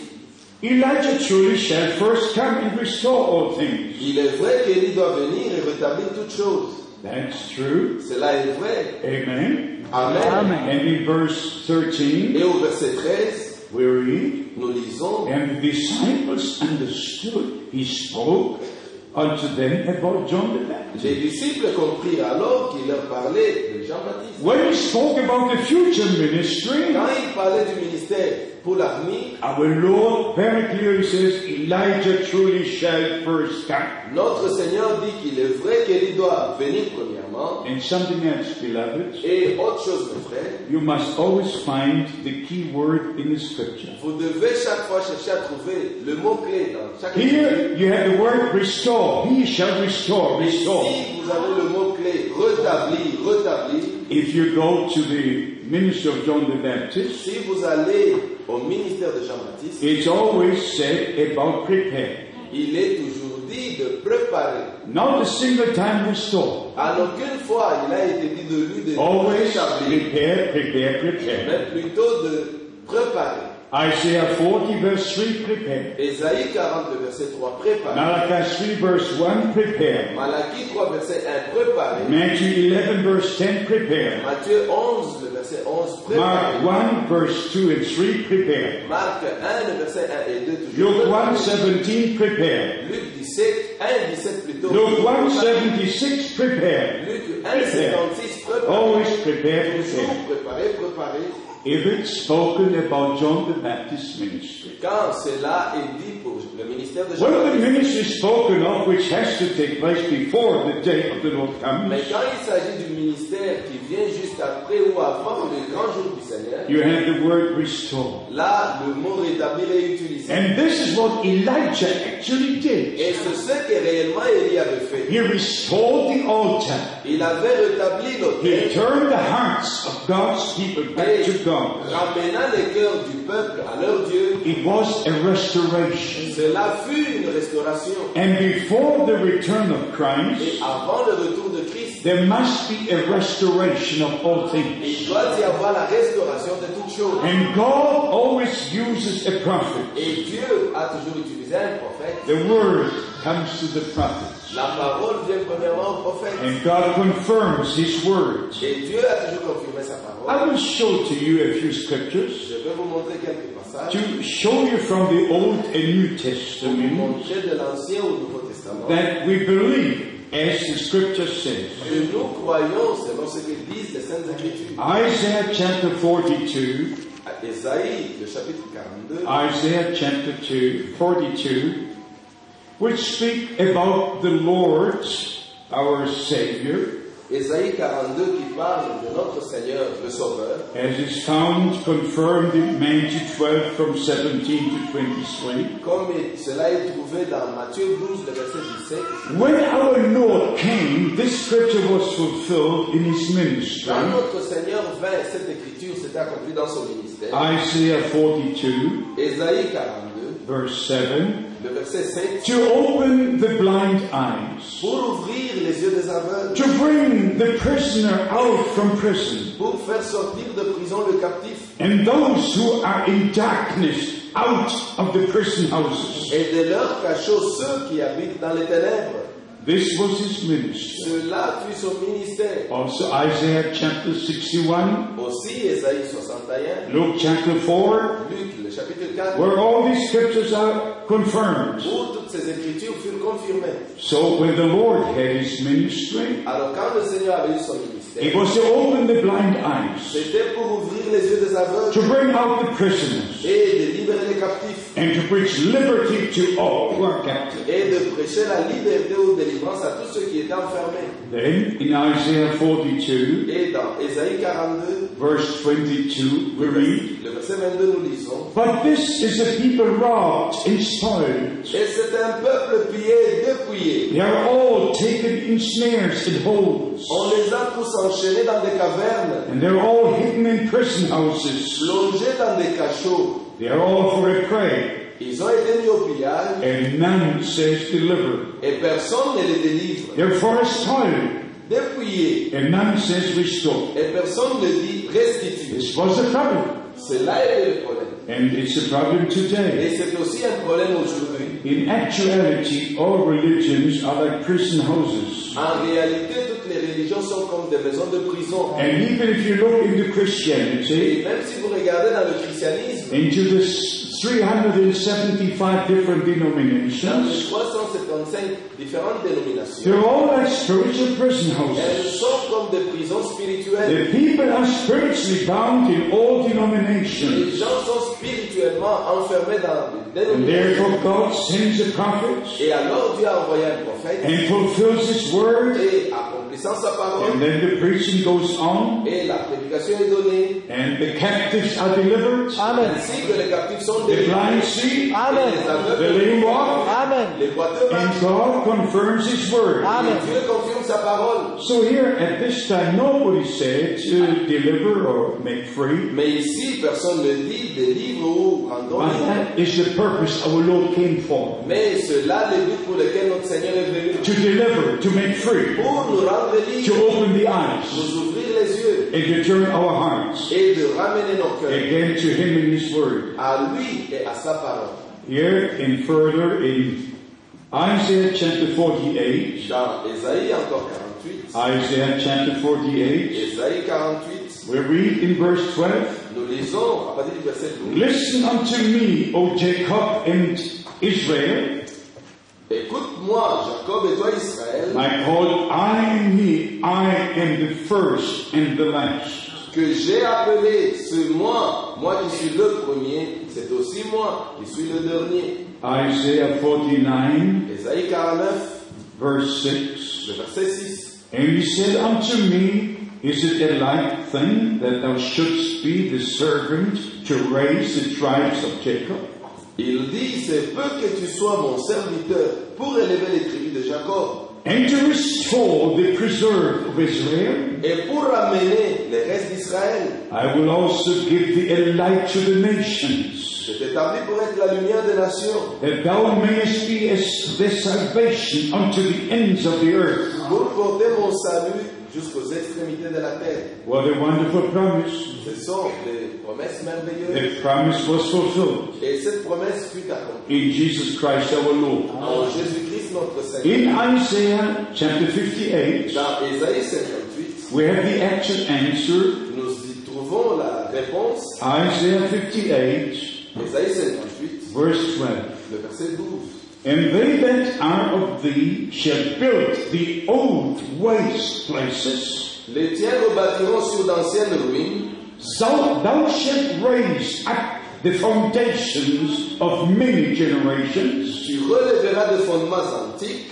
Elijah truly shall first come and restore all things. il est vrai qu'Élie doit venir et rétablir toutes choses. That's true. Cela est vrai. Amen. Amen. And in verse 13, Et au verset 13, we read, nous lisons, And the disciples understood he spoke unto them about John the Baptist. les disciples comprirent alors qu'il leur parlait de Jean-Baptiste. When he spoke about the future ministry, Quand il parlait du ministère pour l'avenir, Our Lord very clearly says, Elijah truly shall first come. notre Seigneur dit qu'il est vrai qu'Élie doit venir premièrement. And something else, beloved, Et autre chose, mes frères, you must always find the key word in the scripture. vous devez chaque fois chercher à trouver le mot-clé dans chaque Here you have the word restore. He shall restore, Si restore. vous avez le mot-clé rétablir, rétablir, If you go to the ministry of John the Baptist, si vous allez au ministère de Jean-Baptiste, it's always said about prepare. il est toujours dit de préparer. Not a single time restore. En aucune fois, il a été dit de lui de Always rétablir, prepare, prepare, prepare. mais plutôt de préparer. Isaiah 40 verse 3, prepare. Ésaïe 40, le verset 3, préparer. Malachi 3 verse 1, prepare. Malachie 3, verset 1, préparer. Matthew 11 verse 10, prepare. Matthieu 11, le verset 11, préparer. Mark 1 verse 2 and 3, prepare. Marc 1, le verset 1 et 2, toujours. Luke 117, préparer. prepare. Luc 17, 1, 17 plutôt. Luke 176, prepare. Luc 1, 56, préparer. Always prepare, prepare. Toujours préparer, préparer. If it's spoken about John the Baptist ministry. Quand cela est dit pour le ministère de One of the Jean-Baptiste, ministries spoken of which has to take place before the day of the Lord mais comes, quand il s'agit du ministère qui vient juste après ou avant le grand jour du Seigneur, you have the word restore. là, le mot rétablir est utilisé. And this is what Elijah actually did. Et c'est ce que réellement Élie avait fait. He restored the altar. Il avait rétabli He l'autel, turned the hearts of God's people back to God. ramenant les cœurs du peuple à leur Dieu. It was a restoration. Cela fut une restauration. And before the return of Et Christ, avant le retour de Christ, there must be a restoration of all il things. doit y avoir la restauration de toutes choses. And God always uses a prophet. Et Dieu a toujours utilisé un prophète. The word comes to the prophet. La parole vient premièrement au prophète. And God confirms his words. Et Dieu a toujours confirmé sa parole. I will show to you a few scriptures Je vais vous montrer quelques passages. to show you from the Old and New Pour vous Testament montrer de l'Ancien au Nouveau Testament. that we believe as the scripture says. Que nous croyons selon ce que disent les Saintes Écritures. Isaiah chapter 42, À Ésaïe, le chapitre 42, Ah. Isaiah chapter 2, 42, which speak about the Lord, our Savior, Ésaïe 42 qui parle de notre Seigneur, le Sauveur, as is found confirmed in Matthew 12 from 17 to 23. comme cela est trouvé dans Matthieu 12, le verset 17. When our Lord came, this scripture was fulfilled in his Quand ministry. notre Seigneur vint, cette Écriture s'est accomplie dans son Ah. ministère. Isaiah 42, Ésaïe 42, verse 7, le verset 5. to open the blind eyes, Pour ouvrir les yeux des aveugles, to bring the prisoner out from prison. pour faire sortir de prison le captif and those who are in darkness out of the prison houses. et de leur cachot ceux qui habitent dans les ténèbres. This was his ministry. Cela fut son ministère. Also, Isaiah chapter 61, Aussi, Ésaïe 61, Luke chapter 4, Luc, le chapitre 4, where all these scriptures are confirmed. où toutes ces écritures furent confirmées. So, when the Lord had his ministry, Alors, quand le Seigneur avait eu son ministère, it was to open the blind eyes, C'était pour ouvrir les yeux des aveugles to bring out the prisoners, et de libérer les captifs and to preach liberty to all who are captive. et de prêcher la liberté ou délivrance à tous ceux qui étaient enfermés. Then in Isaiah 42, Et dans Ésaïe 42, verse 22, we read, le verset 22, nous lisons But this is a people robbed and spoiled. Et c'est un peuple pillé et dépouillé. They are all taken in snares and holes, On les a tous enchaînés dans des cavernes, and they're all hidden in prison houses. plongés dans des cachots. They are all for a prey, Ils ont été mis au pillage and none says deliver. et personne ne les délivre. They're for a spoil, Dépouillés and none says restore. et personne ne dit restitué. This was a problem, Cela est le problème. and it's a problem today. Et c'est aussi un problème aujourd'hui. In actuality, all religions are like prison houses. En réalité, toutes les religions sont comme des maisons de prison. And even if you look into Christianity, Et même si vous regardez dans le christianisme, into the 375 different dans les denominations. 355 différentes dénominations, They're all like spiritual prison elles houses. sont comme des prisons spirituelles. The people are spiritually bound in all Les denominations. gens sont spirituellement enfermés dans des And dénominations. therefore God sends a prophet Et alors Dieu a envoyé un prophète and fulfills his word. et accomplissant sa And parole, then the preaching goes on et la prédication est donnée, and the captives are delivered. Amen. ainsi que les captifs sont The délivrés, blind see et les Amen. The lame aveugles walk. Amen. les boiteux and marchent. God confirms his word. Et Amen. Dieu confirme sa parole. So here at this time nobody said to deliver or make free. Mais ici, personne ne dit des livres ou rendons But that is the purpose our Lord came for. Mais cela, le but pour lequel notre Seigneur est venu, To deliver, to make free, pour nous rendre to libres, open the eyes, nous ouvrir les yeux and to turn our hearts et de ramener nos cœurs again to Him in His Word. à lui et à sa parole. Here and further in Isaiah chapter 48, Dans Ésaïe encore 48, Ah. Isaiah chapter 48, Ésaïe 48, we read in verse 12, nous lisons à partir du verset 12. Listen unto me, O Jacob and Israel. Écoute-moi, Jacob et toi, Israël, I called, I am He, I am the first and the last. que j'ai appelé ce moi, moi qui suis le premier, c'est aussi moi qui suis le dernier. Isaiah 49, Ésaïe 49, verse 6. le verset 6. And he said unto me, Is it a light thing that thou shouldst be the servant to raise the tribes of Jacob? Il dit, c'est peu que tu sois mon serviteur pour élever les tribus de Jacob And to restore the preserve of Israel, et pour ramener les restes d'Israël. I will also give thee a light to the nations, Je t'établis pour être la lumière des nations, that thou mayest be as the salvation unto the ends of the earth. pour porter mon salut jusqu'aux extrémités de la terre. What a wonderful promise. Ce sont des promesses merveilleuses. The promise was fulfilled Et cette promesse fut accomplie in Jesus Christ our Lord. en Jésus-Christ notre Seigneur. In Isaiah chapter 58, Dans Ésaïe 58, We have the actual answer, nous y trouvons la réponse. Isaiah 58, Ésaïe 58, verse 12. le verset 12. And they that are of thee shall build the old waste places. Les tiens rebâtiront sur d'anciennes ruines. So thou shalt raise up the foundations of many generations, Tu relèveras des fondements antiques.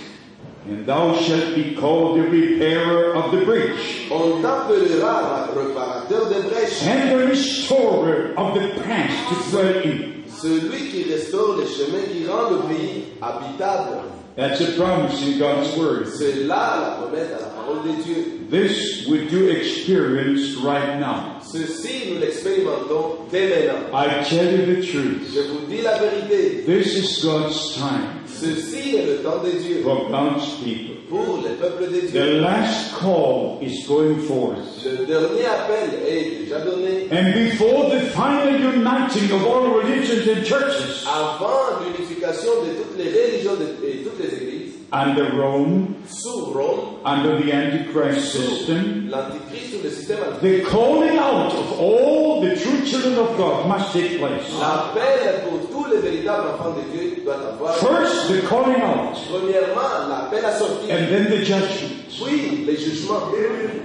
and thou shalt be called the repairer of the breach, On t'appellera réparateur des brèches, and the restorer of the past to dwell in. celui qui restaure les chemins qui rend le pays habitable. That's a promise in God's Word. C'est là la promesse à la parole de Dieu. This we do experience right now. Ceci, nous l'expérimentons dès maintenant. I tell you the truth. Je vous dis la vérité. This is God's time Ceci est le temps de Dieu for God's people. pour le peuple de The Dieu. last call is going forth. Le dernier appel est déjà donné And before the final uniting of all religions and churches, avant l'unification de toutes les religions de- et toutes les églises. under Rome, sous Rome, under the Antichrist system, l'Antichrist ou le système antichrist. the calling out of all the true children of God must take place. L'appel pour tous les véritables enfants de Dieu doit avoir, First, the calling out, premièrement, l'appel à sortir, and then the judgment. puis les jugements.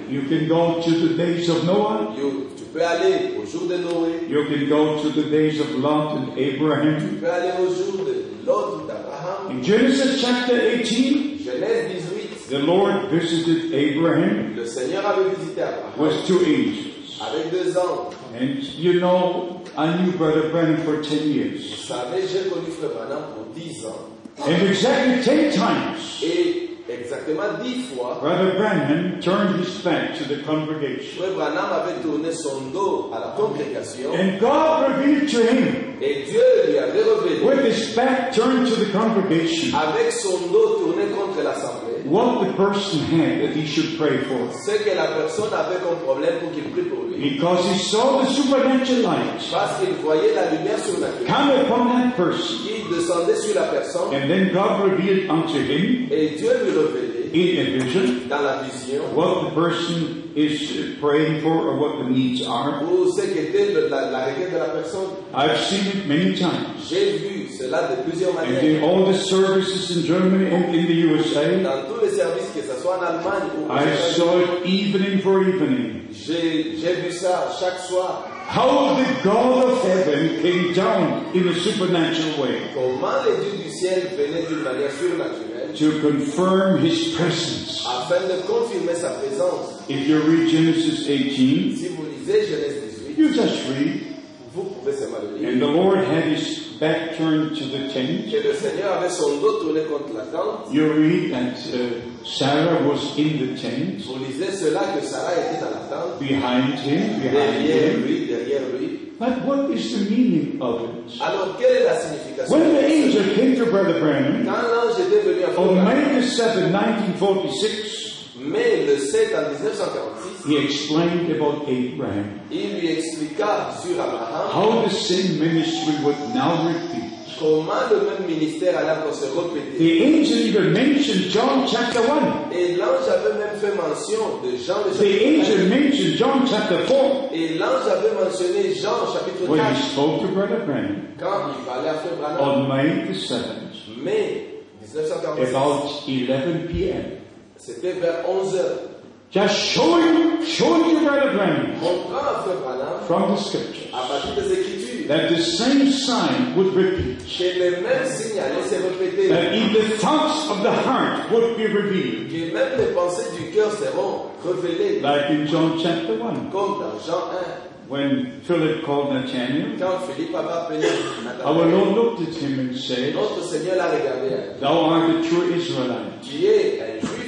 You can go to the days of Noah, You- tu peux aller au jour de Noé, you can go to the days of Lot and Abraham. tu peux aller au jour de l'autre d'Abraham. In Genesis chapter 18, Genèse 18, the Lord visited Abraham le Seigneur avait visité Abraham with two angels. avec deux anges. And you know, I knew Brother Branham for 10 years. Vous savez, j'ai connu Frère Branham pour 10 ans. And exactly 10 times, Et exactement 10 fois, Brother Branham turned his back to the congregation. Frère Branham avait tourné son dos à la congrégation And God revealed to him, et Dieu lui avait révélé, with his back turned to the congregation, avec son dos tourné contre l'assemblée, what the person had that he should pray for. ce que la personne avait comme problème pour qu'il prie pour lui. Because he saw the supernatural light Parce qu'il voyait la lumière sur la terre come upon that person. qui descendait sur la personne And then God revealed unto him, et Dieu lui révélait in a vision, dans la vision what the person is praying for or what the needs are. pour ce qu'était le- la, la requête de la personne. I've seen it many times. J'ai vu cela de plusieurs And manières. in all the services in Germany and in the USA, Dans tous les services, que ce soit en Allemagne ou aux I États-Unis, saw it evening for evening. j'ai j'ai vu ça chaque soir. How the God of heaven came down in a supernatural way Comment les dieux du ciel venaient d'une manière surnaturelle to confirm his presence. afin de confirmer sa présence. If you read Genesis 18, Si vous lisez Genèse 18, you just read, vous pouvez seulement le lire. and the Lord had his back turned to the tent. Que le Seigneur avait son dos tourné contre la tente. You read that uh, Sarah was in the tent, Vous lisez cela que Sarah était dans la tente, behind him, behind derrière him. lui, derrière lui. But what is the meaning of it? Alors, quelle est la signification When the de angel came to Brother ça? Branham Quand l'ange était venu à on Florida, May the 7, 1946, mais le 7 en 1946, he explained about Abraham. il lui expliqua sur Abraham how the same ministry would now repeat. comment le même ministère allait encore se répéter. The angel even mentioned John chapter 1. Et l'ange avait même fait mention de Jean le The chapitre angel mentioned John chapter 4 4. Et l'ange avait mentionné Jean chapitre when he 4 spoke to Brother Branham quand il parlait à Frère Branham. on May the 7th Mai 1946, about 11 p.m. c'était vers 11h. Just showing, showing to Brother Branham Montrant à Frère Branham, from the scriptures à partir des Écritures, that the same sign would repeat, que les mêmes signes allaient se répéter, that even the thoughts of the heart would be revealed, que même les pensées du cœur seront révélées, like in John chapter 1 comme dans Jean 1, when Philip called Nathaniel. quand Philippe avait appelé Our Nathanaël. Lord looked at him and said, Notre Seigneur l'a regardé, Thou art the true Israelite, qui est un juif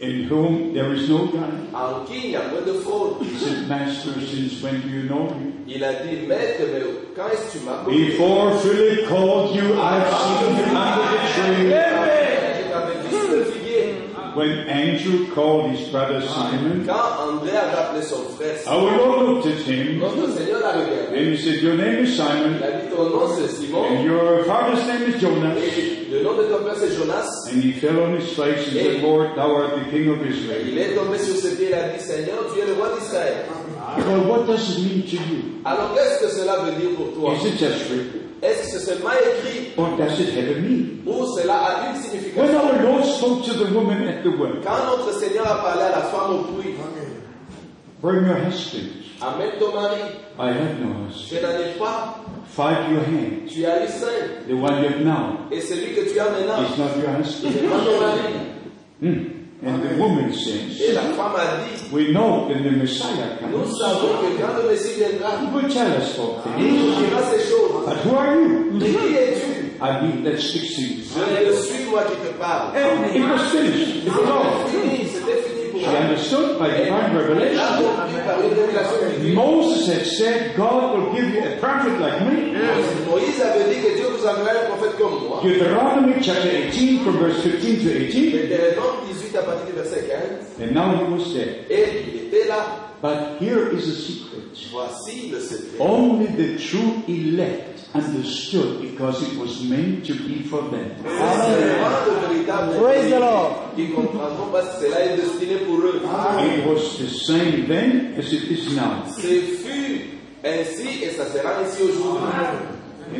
in whom there is no guile. en qui il n'y a pas de fraude. He said, Master, since when do you know me? Il a dit, maître, mais quand est-ce que tu m'as connu Before Philip called you, I've seen you under the Il t'avait dit sur le figuier. tree. When Andrew called his brother Simon, Quand André avait appelé son frère, Simon, our Lord looked at him notre Seigneur l'a regardé. and he said, Your name is Il Simon, a dit, ton nom c'est Simon, and your father's name is Jonas. et le nom de ton frère c'est Jonas. And he fell on his face and said, Lord, thou art the King of Israel. Il est tombé sur ses pieds et a dit, Seigneur, tu es le roi d'Israël. Well, what does it mean to you? Alors qu'est-ce que cela veut dire pour toi Is it just written? Est-ce que c'est seulement écrit Or does it have a meaning? ou cela a une When signification our Lord spoke to the woman at the well, Quand notre Seigneur a parlé à la femme au puits, bring your husband. amène ton mari, I have no husband. je n'en ai pas, Fight your hand. tu as eu cinq, The one you have now et celui que tu as maintenant, is not your c'est husband. pas ton mari. Hmm. And the woman says, Et la femme a dit, We know that the Messiah nous comes. savons que quand le Messie viendra, He will tell us all il things. nous dira ces choses. But who are you? Mais qui es-tu I mean, that's fixing. Je le suis, moi qui te parle. And it was finished. It was all. Fini, c'était fini pour She moi. understood by divine Elle a revelation. compris par une révélation divine. Moses had said, God will give you a prophet like me. Moïse avait dit que Dieu vous enverrait un prophète comme moi. Deuteronomy chapter 18 from verse 15 to 18. Deutéronome 18 à partir du verset 15. And now he was dead. Et il était là. But here is a secret. Voici le secret. Only the true elect understood because it was meant to be for them. C'est vraiment de véritables Praise the Lord. qui comprendront parce que cela est destiné pour eux. It was the same then as it is now. Ce fut ainsi et ça sera ainsi aujourd'hui.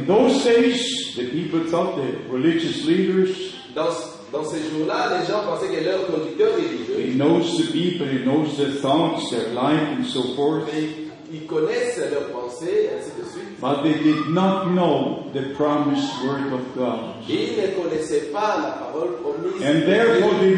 In those days, the people thought that religious leaders, Dans, dans ces jours-là, les gens pensaient que leur conducteur religieux, he knows the people, he knows their thoughts, their life, and so forth. mais ils connaissent leurs pensées, ainsi de suite. But they did not know the promised word of God. Ils ne connaissaient pas la parole promise. And therefore they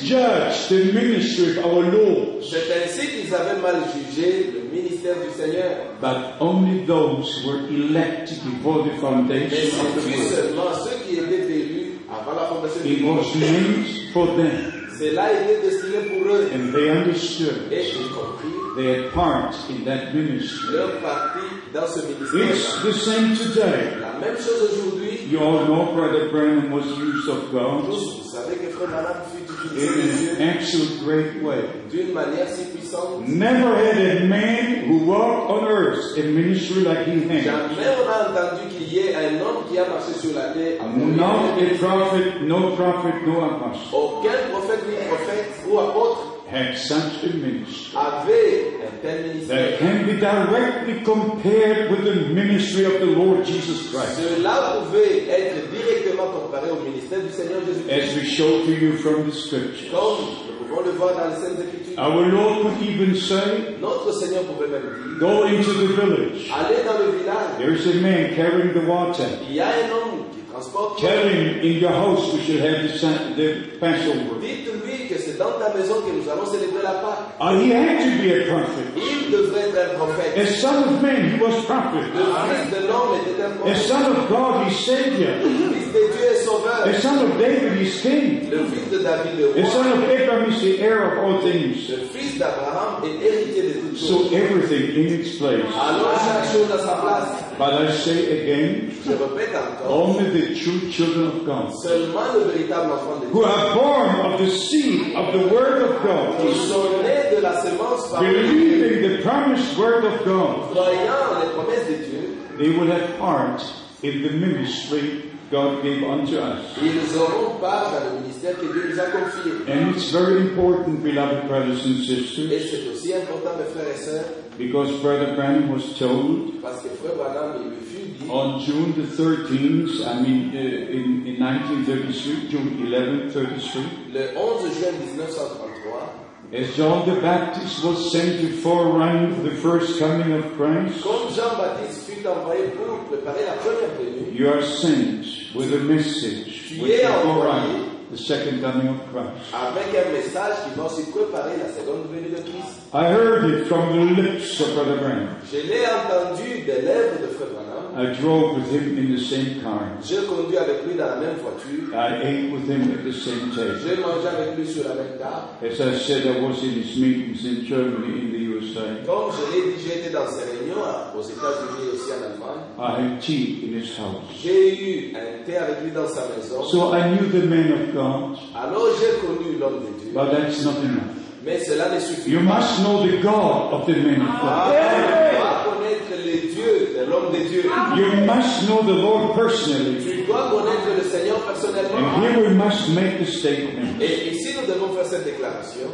misjudged the ministry of our Lord. C'est ainsi qu'ils avaient mal jugé le ministère du Seigneur. But only those who were elected before the Mais foundation of the c'est world. seulement ceux qui étaient élus avant la fondation du It monde. was meant for them. Cela était destiné pour eux. And they understood Et ils comprirent their part in that ministry. leur parti dans ce ministère. It's the same today. La même chose aujourd'hui. You all know Brother Branham was used of God Tous, vous savez que Frère Malade fut utilisé de in an Dieu actual great way. d'une manière si puissante. Never had a man who walked on earth a ministry like he had. Jamais on a entendu qu'il y ait un homme qui a marché sur la terre. Not a prophet, no prophet, no apostle Aucun prophète, ni prophète ou apôtre had such a ministry avait un tel that ministère. can be directly compared with the ministry of the Lord Jesus Christ, Cela pouvait être directement comparé au ministère du Seigneur Jésus-Christ, as we showed to you from the scripture. comme nous pouvons le voir dans les Saintes Écritures. Our Lord would even say, Notre Seigneur pouvait même dire, Go into the village. allez dans le village, There is a man carrying the water. il y a un homme qui transporte. Tell him in your house we shall have the, sa- the Passover. Dites-lui que c'est dans ta maison que nous allons célébrer la Pâque. Uh, he had to be a prophet. Il devrait être un prophète. As son of man, he was Le prophet. Fils de l'homme était un As prophète. son of God, he's savior. Le Fils de Dieu est sauveur. As son of David, he's king. Le fils de David, le The roi. son of Abraham is the heir of all things. Le fils d'Abraham est héritier de toutes So choses. everything in its place. Alors chaque chose à sa place. But I say again, Je répète encore. only the true children of God, Seulement le véritable enfant de Dieu. who are born of the seed of the Word of Qui God, sont nés de la semence par Dieu. believing the promised Word of God, Croyant les promesses de Dieu, they will have part in the ministry God gave unto us. ils auront part dans le ministère que Dieu nous a confié. And it's very important, beloved brothers and sisters, Et c'est aussi important, mes frères et sœurs, because Brother Branham was told parce que Frère Branham, il me fut dit, on June the 13th, I mean, uh, in, in 1933, June 11, 33, le 11 juin 1933, As John the Baptist was sent to forerun the first coming of Christ, comme Jean-Baptiste fut envoyé pour préparer la première venue, you are sent with a message which Yeah. will forerun the second coming of Christ. avec un message qui va aussi préparer la seconde venue de Christ. I heard it from the lips of Brother Branham. Je l'ai entendu des lèvres de Frère Branham. I drove with him in the same car. Je conduis avec lui dans la même voiture. I ate with him at the same table. Je mange avec lui sur la même table. As I said, I was in his meetings in Germany, in the USA. Comme je l'ai dit, j'étais dans ces réunions hein, aux États-Unis et aussi en Allemagne. I had tea in his house. J'ai eu un thé avec lui dans sa maison. So I knew the man of God, Alors j'ai connu l'homme de Dieu. but that's not enough. Mais cela ne suffit You must know the God of the man of God. pas. Tu dois connaître le Dieu de l'homme de Dieu. You must know the Lord personally. Tu dois connaître le Seigneur And personnellement. here we must make the statement. Et ici, nous devons faire cette déclaration.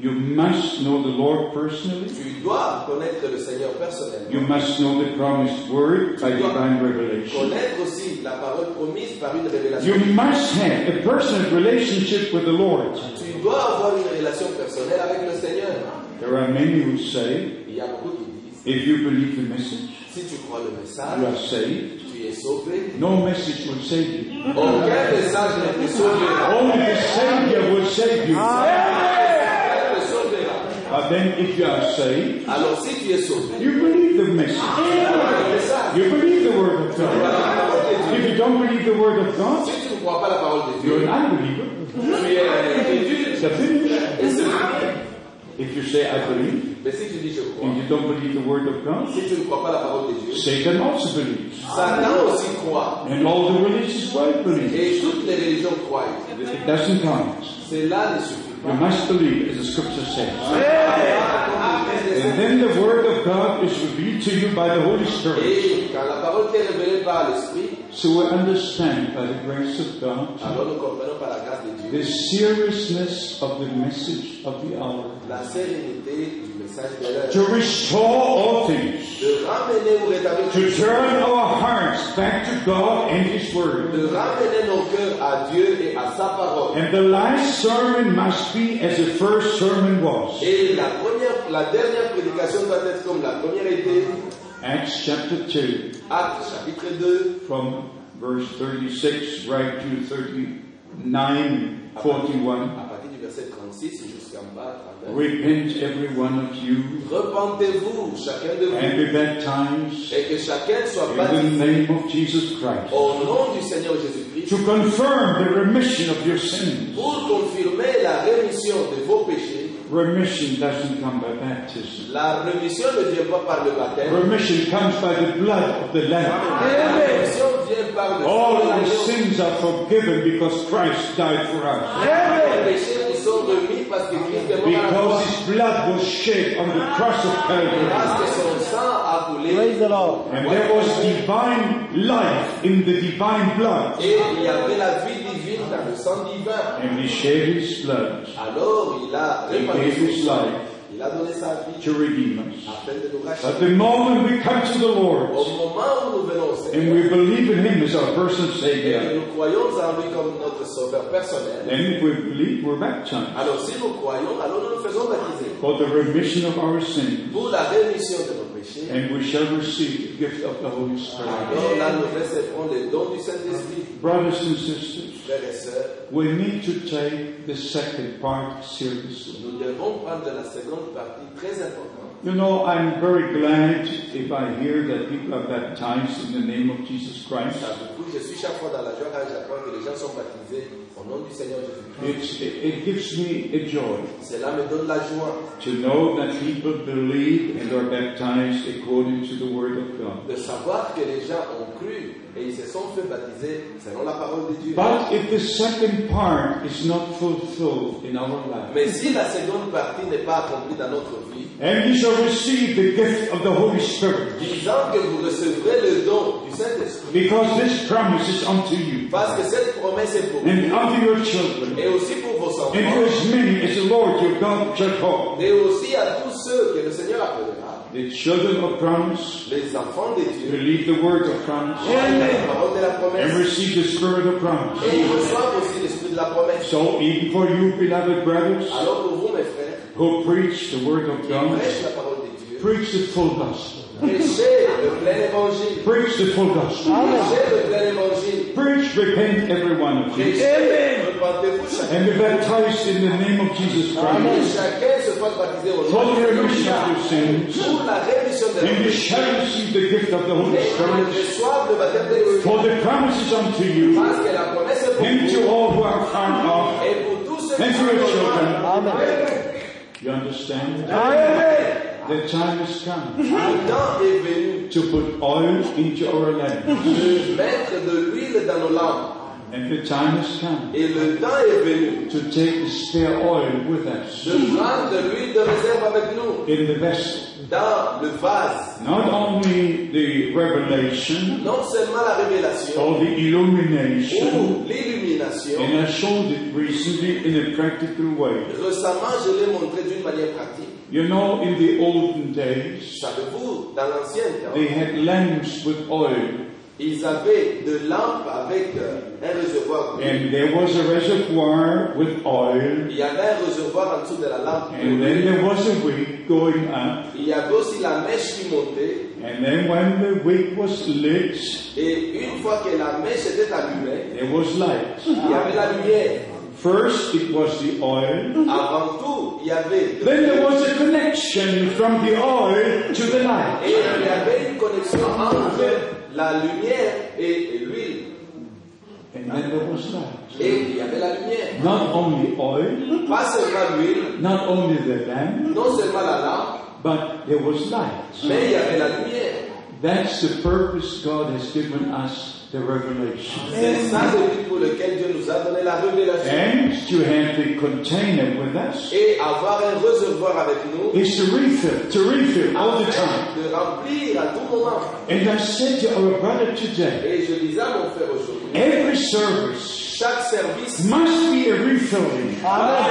You must know the Lord personally. Tu dois connaître le Seigneur personnellement. You must know the promised word by divine revelation. Connaître aussi la parole promise par une You révélation. must have a personal relationship with the Lord. Tu dois avoir une relation personnelle avec le Seigneur. There are many who say, Il y a beaucoup qui disent, if you believe the message, si tu crois le you message, are saved. tu es sauvé. No message will save you. Aucun message ne te sauvera. Only the Savior will save you. Aucun ne te sauvera. But then if you are saved, Alors si tu es sauvé, you believe the message. tu crois le message. You believe the word of Tu crois God. la parole de Dieu. If you don't believe the word of God, Si tu ne crois pas la parole de You're Dieu, an unbeliever. tu es un individu. It's a finish. Et c'est fini. If you say I believe Mais si tu dis je crois, and you don't believe the word of God, si tu ne crois pas la parole de Dieu, Satan also believes. Satan aussi croit. And all the religious world believes. Et toutes les religions croient. It doesn't count. Cela ne suffit You pas. must believe, as the scripture says. Ah, comme le Christ est And then the word of of God is revealed to you by the Holy Spirit. Et quand la parole est révélée par l'Esprit, So we understand by the grace of God alors nous comprenons par la grâce de the Dieu seriousness of the message of the hour. la sérénité du message de l'heure. To restore all things. De ramener ou rétablir To tout. turn our hearts back to God and His Word. De ramener nos cœurs à Dieu et à sa parole. And the last sermon must be as the first sermon was. Et la première, la dernière prédication doit être comme la première était, Acts chapter 2, Actes chapitre 2, from verse 36 right to 39, 41. à partir du verset 36 jusqu'en bas. 39. Repent every one of you Repentez-vous, chacun de vous, and be baptized et que chacun soit in the baptisé name of Jesus Christ au nom du Seigneur Jésus-Christ to confirm the remission of your sins. pour confirmer la rémission de vos péchés. Remission doesn't come by baptism. La rémission ne vient pas par le baptême. Remission comes by the blood of the Lamb. La rémission vient par le All sang our de l'agneau. sins are forgiven because Christ died for us. Les péchés nous sont remis parce que Christ est mort à la croix. Because His blood was shed on the cross of Calvary. Parce que son sang a coulé. And there was divine life in the divine blood. Et il y avait la vie divine dans le sang divin. And He shed His blood. Alors il a He gave répandu His son sang. life Il a donné sa vie to redeem us. afin de nous But racheter. the moment we come to the Au Lord moment où nous venons au and Seigneur, we believe in Him as our personal et Savior, que nous croyons en lui comme notre sauveur personnel, then if we believe, we're baptized alors si nous croyons, alors nous nous faisons baptiser for the remission of our sins, pour la rémission de nos péchés. and we shall receive the gift of the Holy Spirit. Alors là, nous recevons les dons du Saint-Esprit. Brothers and sisters, Frères et sœurs, we need to take the second part seriously. nous devons prendre la seconde partie très importante. You know, I'm very glad if I hear that people are baptized in the name of Jesus Christ. Ça me touche. Je suis chaque fois dans la joie quand j'apprends que les gens sont baptisés au nom du Seigneur Jésus-Christ. It's, it, it gives me a joy Cela me donne la joie to know that people believe and are baptized according to the Word of God. de savoir que les gens ont cru et ils se sont fait baptiser selon la parole de Dieu. But if the second part is not fulfilled in our life, Mais si la seconde partie n'est pas accomplie dans notre vie, and you shall receive the gift of the Holy Spirit, disant que vous recevrez le don du Saint-Esprit, because this promise is unto you, parce que cette promesse est pour vous and unto your children, et aussi pour vos and to enfants, as many as the Lord your God shall call. et aussi à tous ceux que le Seigneur appellera, The children of promise les enfants de Dieu, believe the word of promise croient la parole de la and promesse receive the spirit of promise. et ils reçoivent aussi l'esprit de la promesse. So even for you, beloved brothers, Alors pour vous, mes frères, who preach the word of God, prêchez la parole de Dieu, preach the full gospel. prêchez le plein évangile, Preach the full gospel. prêchez le plein évangile. Preach, repent, every one of you. Amen. Repentez-vous chacun. and be baptized in the name of Jesus Que Christ chacun se fasse baptiser au for nom the de remission of Jésus. your sins, Pour la rémission de and you nos shall receive the gift of the Holy Et Spirit, reçoivent le baptême de l'Esprit. for the promises unto you, Parce que la promesse est pour and to vous. all who are far off. Et pour tous ceux And qui to sont your loin. children. Amen. You understand? Amen. The time has come Le temps est venu to put oil into our lamps, de mettre de l'huile dans nos lampes. and the time has come Et le temps est venu to take the spare oil with us de prendre de l'huile de réserve avec nous in the vessel. dans le vase. Not only the revelation Non seulement la révélation or the illumination, ou l'illumination. And I showed it recently in a practical way. Récemment, je l'ai montré d'une manière pratique. You know, in the olden days, Savez-vous, dans l'ancien temps, they had lamps with oil, ils avaient de lampes avec euh, un réservoir. d'eau. and there was a reservoir with oil, Il y avait un réservoir en dessous de la lampe. and then there was a wick going up, Il y avait aussi la mèche qui montait. and then when the wick was lit, Et une fois que la mèche était allumée, there was light. il y avait la lumière. First, it was the oil. Avant tout, il y avait de Then there was a connection from the oil to the light. Et il y avait une connexion entre la lumière et et l'huile. And then there was light. Et il y avait la lumière. Not only oil, Pas seulement l'huile, not only the lamp, non seulement la lampe, but there was light. mais il y avait la lumière. That's the purpose God has given us the revelation. C'est ça le but pour lequel Dieu nous a donné la révélation. And to have the container with us Et avoir un réservoir avec nous, is to refill, to refill all the time. de remplir à tout moment. And I said to our brother today, Et je disais à mon frère aujourd'hui, every service chaque service must be a refilling.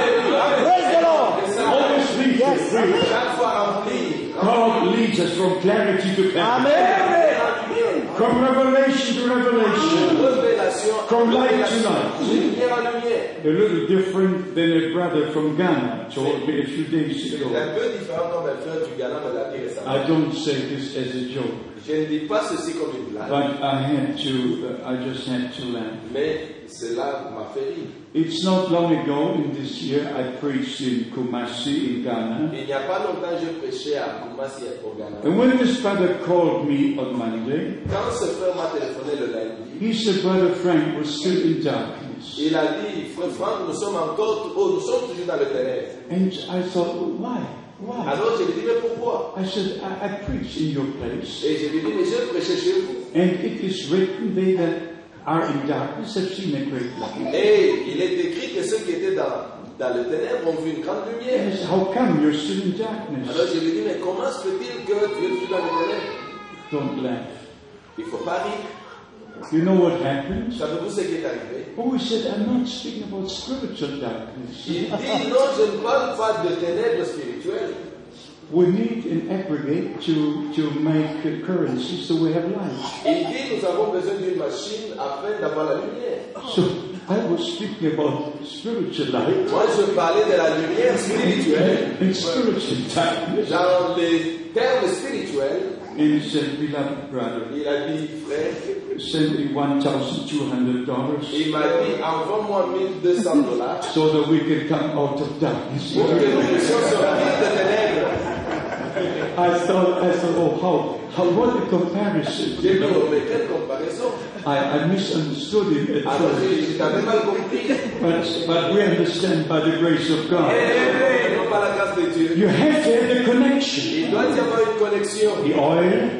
Praise the Lord. Et ça, Always refill, refill. chaque fois rempli, God leads us from clarity to clarity, Amen. from revelation to revelation. révélation, From light to révélation, light. lumière à lumière. A little different than a brother from Ghana told me a few days C'est ago. un peu différent comme un frère du Ghana me l'a dit récemment. I don't say this as a joke, Je ne dis pas ceci comme une blague, but I had to, uh, I just had to land. mais cela m'a fait rire. It's not long ago in this year I preached in Kumasi in Ghana. Il n'y a pas longtemps, je prêchais à Kumasi au Ghana. And when this brother called me on Monday, Quand ce frère m'a téléphoné le lundi, he said, Brother Frank was still in darkness. il a dit, frère Franck, nous sommes encore, oh, nous sommes toujours dans le ténèbres. And I thought, well, why? Why? Alors je lui ai dit, mais pourquoi I said, I, I preach in your place. Et je lui ai dit, mais je prêchais chez vous. And it is written, they that are in darkness have seen a great light. Et il est écrit que ceux qui étaient dans, dans le ténèbre ont vu une grande lumière. Yes, how come you're still in darkness? Alors je lui ai dit, mais comment se fait-il que Dieu fut dans le ténèbres Don't laugh. Il faut pas rire. You know what happens? Savez-vous ce qui est arrivé Oh, he said, I'm not speaking about spiritual darkness. Il dit non, je ne parle pas de ténèbres spirituelles. We need an aggregate to, to make uh, currencies so we have light. Il dit nous avons besoin d'une machine afin d'avoir la lumière. So I was speaking about spiritual light Moi, je parlais de la lumière spirituelle, and spiritual darkness. dans les termes spirituels. And he said, beloved brother, Il a dit, frère, send me $1,200. il m'a dit, envoie-moi 1200 dollars so that we can come out of darkness. pour que nous puissions sortir de ténèbres. I thought, I thought, oh, how, how what a comparison. J'ai dit, oh, mais quelle comparaison I, I misunderstood him at Alors, first, je, je t'avais mal compris. but, but we understand by the grace of God. Eh, non, par la grâce de Dieu. You have to have the connection. Il doit y avoir une connexion. The oil,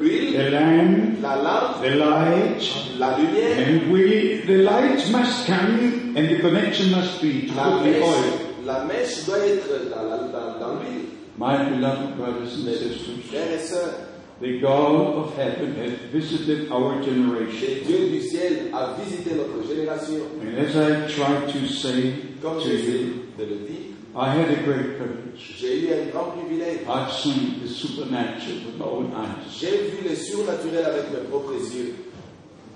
L'huile, the lamp, la lampe, the light, la lumière, and we, the light must come and the connection must be to La the mèche, oil. la mèche doit être dans, la- dans- dans l'huile. My beloved brothers and sisters, Frères et sœurs, the God of heaven has visited our generation. le Dieu du ciel a visité notre génération. And as I tried to say Comme to j'essaie you, de le dire, I had a great privilege. j'ai eu un grand privilège. I've seen the supernatural with my own eyes. J'ai vu le surnaturel avec mes propres yeux.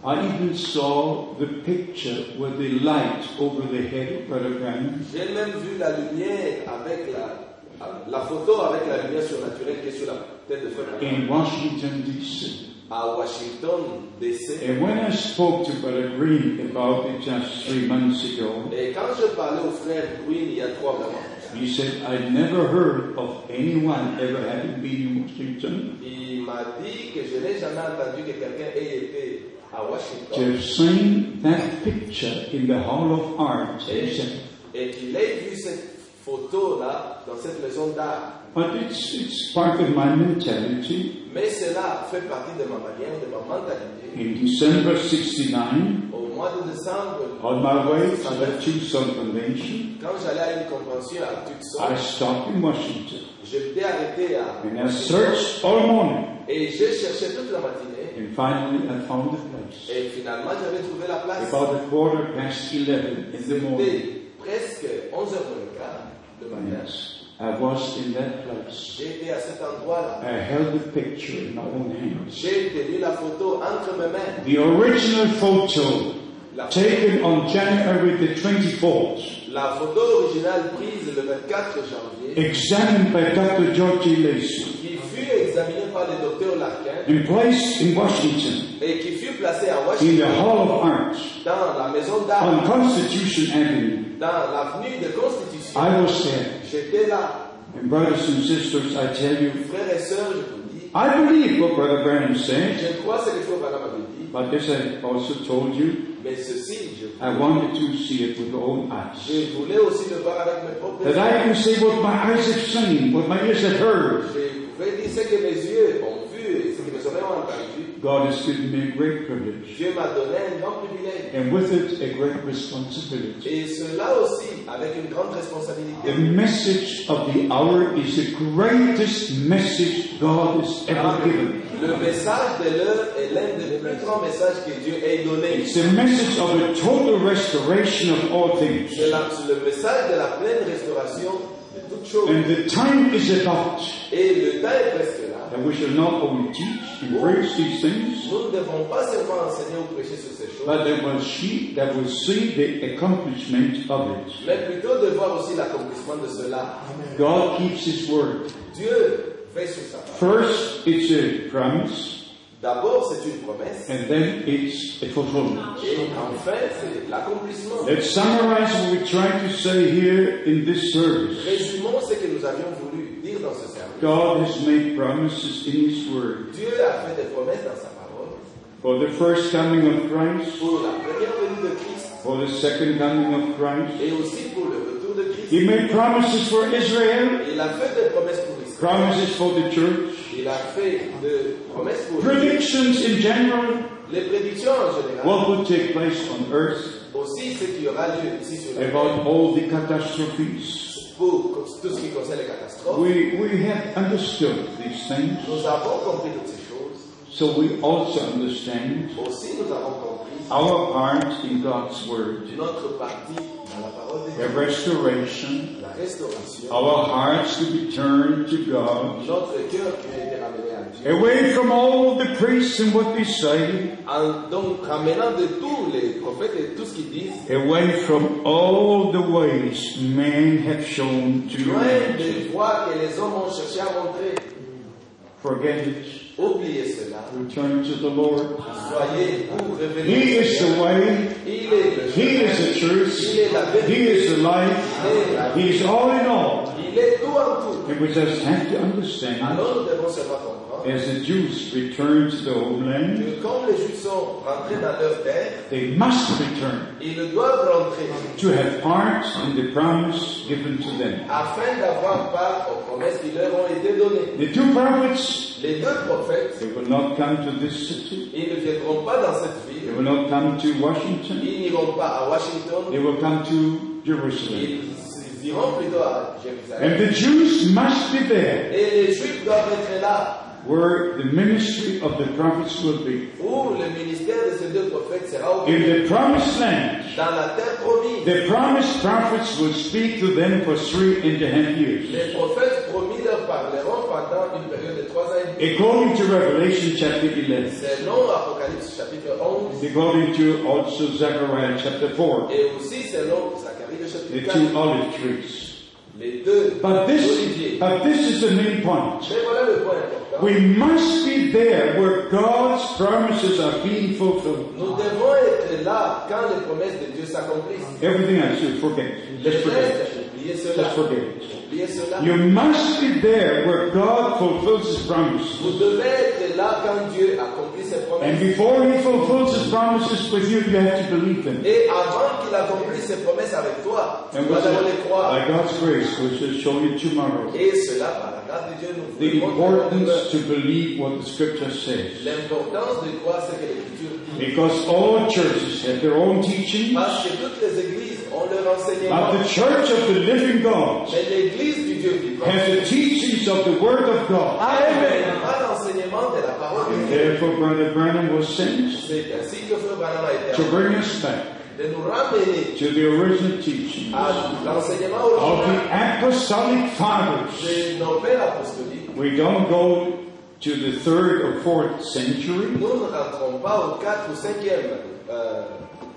I even saw the picture with the light over the head of Brother Branham. J'ai même vu la lumière avec la, la photo avec la lumière surnaturelle qui est sur la tête de Frère Branham in Washington, D.C. à Washington DC. And when I spoke to Brother Green about it just three months ago, Et quand je parlais au frère Green il y a trois mois, he said, I'd never heard of anyone ever having been in Washington il m'a dit que je n'ai jamais entendu que quelqu'un ait été à Washington. to have seen that picture in the Hall of Arts. He said, et qu'il ait vu cette photo-là dans cette maison d'art. But it's, it's part of my mentality. Mais cela fait partie de ma manière, de ma mentalité. In December 69, Au mois de décembre, on my way to the Tucson Convention, quand j'allais à une convention à I Tucson, stopped in Washington j'étais arrêté à and I searched all morning. et j'ai cherché toute la matinée And finally, I found a place. et finalement j'avais trouvé la place. About a quarter past 11 in the morning. C'était presque 11h15 le matin. Yes, I was in that place. J'étais à cet endroit-là. I held the picture in my own hands. J'ai tenu la photo entre mes mains. The original photo La, taken on January the 24th, la photo originale prise le 24 janvier, examined by Dr. George E. Lacey qui fut examinée par le docteur Larkin, and placed in Washington et qui fut placé à in Washington, the Hall of Arts dans la maison d'art, on Constitution Avenue. dans l'avenue de Constitution. I was there. J'étais là, And brothers and sisters, I tell you, frères et sœurs, je vous dis, I believe what Brother Branham said, je crois ce que Frère Branham avait dit, but as I also told you, mais ceci, je, I wanted to see it with my own eyes. je voulais aussi le voir avec mes propres That I yeux. can see what my eyes have seen, what my ears have heard, Je pouvais dire ce que mes yeux ont vu et ce que mes oreilles vraiment entendu. God has given me a great privilege, Dieu m'a donné un grand privilège. and with it, a great responsibility. Et cela aussi, avec une grande responsabilité. The message of the hour is the greatest message God has ever given. Le message de l'heure est l'un des plus grands messages que Dieu ait donné. It's the message of a total restoration of all things. C'est la- c'est le message de la pleine restauration de toutes choses. And the time is about Et le temps est presque là. that we shall not only teach and preach these things, Nous ne devons pas seulement enseigner ou prêcher sur ces choses, but that will see, that will see the accomplishment of it. mais plutôt de voir aussi l'accomplissement de cela. God keeps His word. Dieu fait sur sa part. First, it's a promise, D'abord, c'est une promesse, and then it's a fulfillment. et enfin, c'est l'accomplissement. Let's summarize what we try to say here in this service. Résumons ce que nous avions voulu dire dans ce sermon. God has made promises in His word Dieu a fait des promesses dans sa parole for the first coming of Christ, pour la première venue de Christ for the second coming of Christ. et aussi pour le retour de Christ. He made promises for Israel, Il a fait des promesses pour Israël. promises for the church, Il a fait des promesses pour lui. predictions in general, Les prédictions en général, what will take place on earth, aussi ce qui aura lieu ici sur la terre, about all the catastrophes. pour tout ce qui concerne les catastrophes. We, we have understood these things, Nous avons compris toutes ces choses. so we also understand Aussi, nous avons compris our part in God's Word, notre partie dans la parole de the Dieu, restoration, la restauration, our hearts to be turned to God, notre cœur qui a été ramené à Dieu. away from all the priests and what they say, En donc ramenant de tous les prophètes et tout ce qu'ils disent, away from all the ways men have shown to loin humanity. des voies que les hommes ont cherché à montrer. Forget it. Oubliez cela. Return to the Lord. Soyez vous He revenez. is the way. Il est le He chemin. is the truth. He is the life. He is all in all. Il est tout en tout. And we just have to understand Alors nous devons seulement comprendre as the Jews return to the homeland, que quand les Juifs sont rentrés dans leur terre, they must return ils le doivent rentrer to have part in the promise given to them. afin d'avoir part aux promesses qui leur ont été données. The two prophets, Les deux prophètes, they will not come to this city. ils ne viendront pas dans cette They ville. will not come to Washington. Ils n'iront pas à Washington. They will come to Jerusalem. Ils iront plutôt à Jérusalem. And the Jews must be there Et les Juifs doivent être là where the ministry of the prophets will be. où le ministère de ces deux prophètes sera In occupé the promised land, dans la terre promise. The promised prophets will speak to them for three and a half years. Les prophètes promis leur parleront pendant une période de trois ans et demi. According to Revelation chapter 11, Selon Apocalypse chapitre 11 according to also Zechariah chapter 4, et aussi selon Zacharie le the chapitre 4, two olive trees. les deux But this, oliviers. but this is the main point. Mais voilà le point important. We must be there where God's promises are being fulfilled. Nous devons être là quand les promesses de Dieu s'accomplissent. Everything else, you forget. Les Just forget. restes, oubliez cela. Just forget it. Oubliez cela. You must be there where God fulfills His promises. Vous devez être là quand Dieu accomplit ses And promesses. before He fulfills His promises with you, you have to believe them. Et avant qu'il accomplisse ses promesses avec toi, tu And dois we d'abord shall, les croire. by God's grace, we shall show you tomorrow Et cela, par la grâce de Dieu, nous vous the le montre en importance demain. to believe what the Scripture says. L'importance de croire ce que l'Écriture dit. Because all churches have their own teaching, Parce que toutes les églises ont leur enseignement. but the Church of the Living God Mais l'église du Dieu vivant has the teachings of the Word of God. pas l'enseignement de la parole de Dieu. Therefore, Brother Branham was sent C'est ainsi que Frère Branham a été to appelé, bring us back de nous ramener to the original teaching à l'enseignement of original the Apostolic Fathers. de nos pères apostoliques. We don't go to the third or fourth century. Nous ne rentrons pas au 4 ou 5e euh,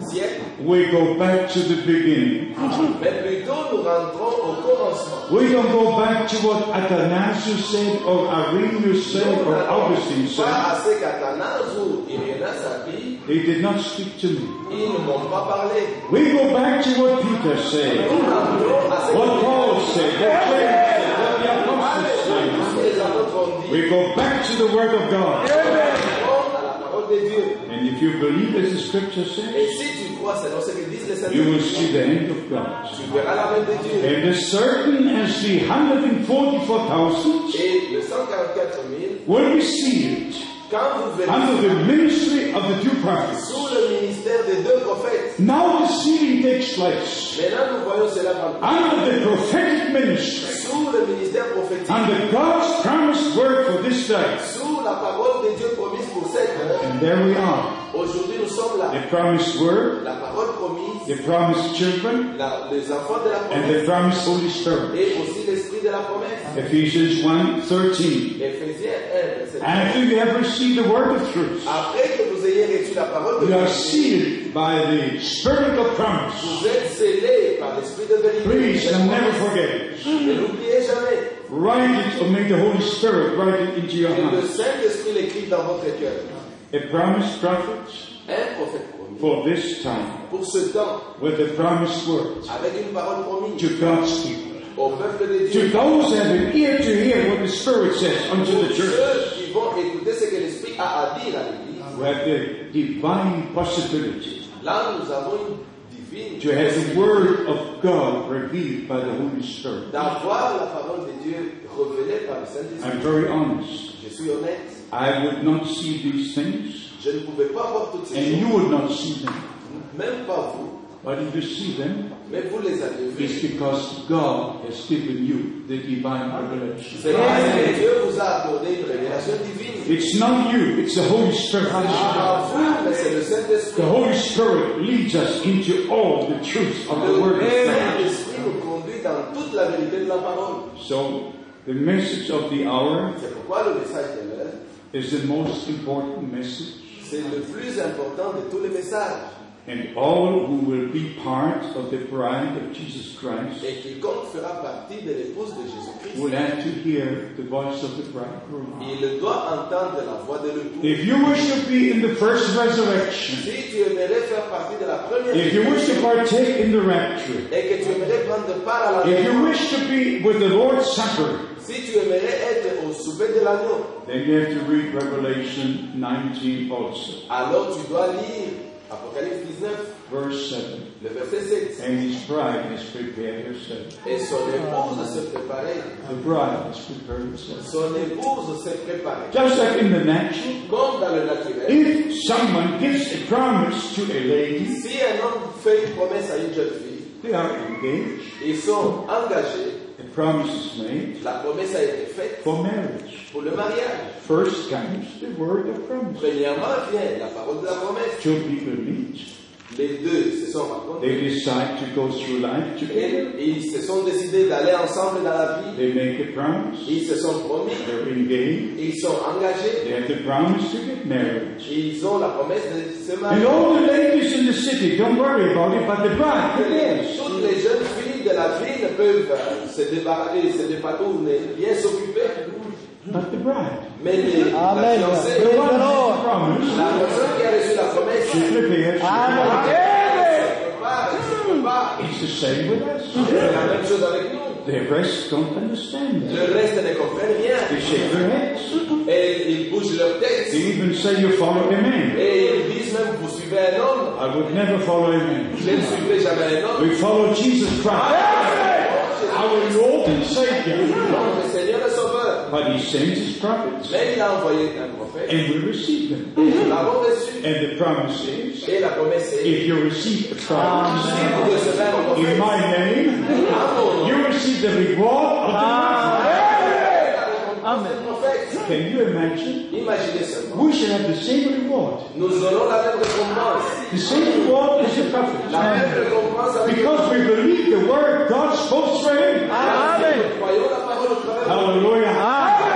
siècle, We go back to the beginning. mais plutôt nous rentrons au commencement. We don't go back to what Athanasius said or Irenaeus Nous said or Augustine n'allons said. pas à ce qu'Athanase ou Irénas a dit, They did not speak to me. ils ne m'ont pas parlé. We go back to what Peter said, Nous rentrons à ce what Paul que said, what James said, what the apostles said. tous les apôtres ont dit. We go back to the Word of God. Rentrons à la parole de Dieu. And if you believe as the Scripture Et says, si tu crois selon ce que disent les saints, you will see the hand of God. tu verras la main de Dieu. And as certain as the 144,000 Et le 144 000 will receive it Quand vous under venez the ministry of the two sous prophets. le ministère des deux prophètes, Now the sealing takes place maintenant nous voyons cela prendre place. under the prophetic ministry, sous le ministère prophétique, under God's promised word for this day. sous la parole de Dieu promise pour cette heure. And there we are. Aujourd'hui, nous sommes là. The promised word, La parole promise, the promised children, la- les enfants de la and the promesse promised Holy Spirit. et aussi l'esprit de la promesse. Ephesians 1 13. Éphésiens 1, verset After you have received the word of truth, Après que vous ayez reçu la parole de you Dieu, are sealed by the spirit of promise. vous êtes scellés par l'esprit de vérité. Please Cette and never promesse. forget it. Ne l'oubliez jamais. Write it or make the Holy Spirit write it into your Et le heart. Saint-Esprit l'écrit dans votre cœur. A promised prophet Un prophète promis. for this time Pour ce temps, with the promised word avec une parole promise to God's people. au peuple de To Dieu, those that have an ear to hear what the Spirit says unto the church, ceux qui vont écouter ce que l'Esprit a à dire à l'Église, we have the divine possibility là nous avons une divine to have the Word of God revealed by the Holy Spirit. d'avoir la parole de Dieu révélée par le Saint-Esprit. I'm very honest. Je suis honnête, I would not see these things, je ne pouvais pas voir toutes and ces you choses, would not see them. même pas vous, But if you see them, mais vous les avez vues. It's because God has given you the divine revelation. C'est parce que Dieu vous a accordé une révélation divine. Ah, It's not you, it's the Holy Spirit. À vous, mais c'est le Saint-Esprit. The Holy Spirit leads us into all the truths of the Word Le of God. Saint-Esprit nous conduit dans toute la vérité de la parole. So, the message of the hour C'est pourquoi le message de l'heure, is the most important message, c'est le plus important de tous les messages. and all who will be part of the bride of Jesus Christ Et quiconque fera partie de l'épouse de Jésus-Christ, will have to hear the voice of the bridegroom. il doit entendre la voix de l'époux. If you wish to be in the first resurrection, Si tu aimerais faire partie de la première if you wish église to partake in the rapture, et que tu aimerais prendre part à la If you wish to be with the Lord's Supper, si tu aimerais être au souper de l'agneau, then you have to read Revelation 19 also, alors tu dois lire Apocalypse 19, verse 7. le verset 7. And his bride has prepared herself. Et son épouse se préparait. The bride has prepared herself. Son épouse se préparait. Just like in the natural, Comme dans le naturel, if someone gives a promise to a lady, si un homme fait une promesse à une jeune fille, they are engaged, ils sont engagés, a promise is made la promesse a été faite for marriage. pour le mariage. First comes the word of promise. Premièrement vient la parole de la promesse. Two people meet, Les deux se sont rencontrés they decide to go through life together, et ils se sont décidés d'aller ensemble dans la vie. they make a promise, Ils se sont promis, they're engaged. ils sont engagés, They have the promise to get married. ils ont la promesse de se And marier. all the ladies in the city, don't worry about it, but the bride, yes. Toutes les jeunes filles de la ville peuvent euh, se débarrasser, se départourner, bien s'occuper. But the bride. Mais les Amen. la The fiancée, Praise one the has Lord. the promise. la personne qui a reçu la promesse, She elle prepares. Amen. se prépare, elle se prépare. It's the same with C'est us. la même chose avec nous. The rest don't understand that. Le reste ne comprennent rien. They shake their heads. Et ils bougent leur tête. They even say you follow a man. Et ils disent même, vous suivez un homme. I would never follow a man. Je ne suivrai jamais un homme. We follow Jesus Christ, our Lord and Savior. Non, le Seigneur le Sauveur. But He sends His prophets, Mais il a envoyé un prophète. and we receive them. Nous l'avons reçu. And the promise is, Et la promesse est, if you receive a promise, si vous recevez un In prophète, my name, à mon nom, you receive the reward of the prophet. un prophète. Can you imagine? Imaginez seulement. We shall have the same reward. Nous aurons la même récompense. The same reward as the La prophet. même récompense avec Because we believe the word God spoke to him. Nous croyons la parole au Ah travers Hallelujah.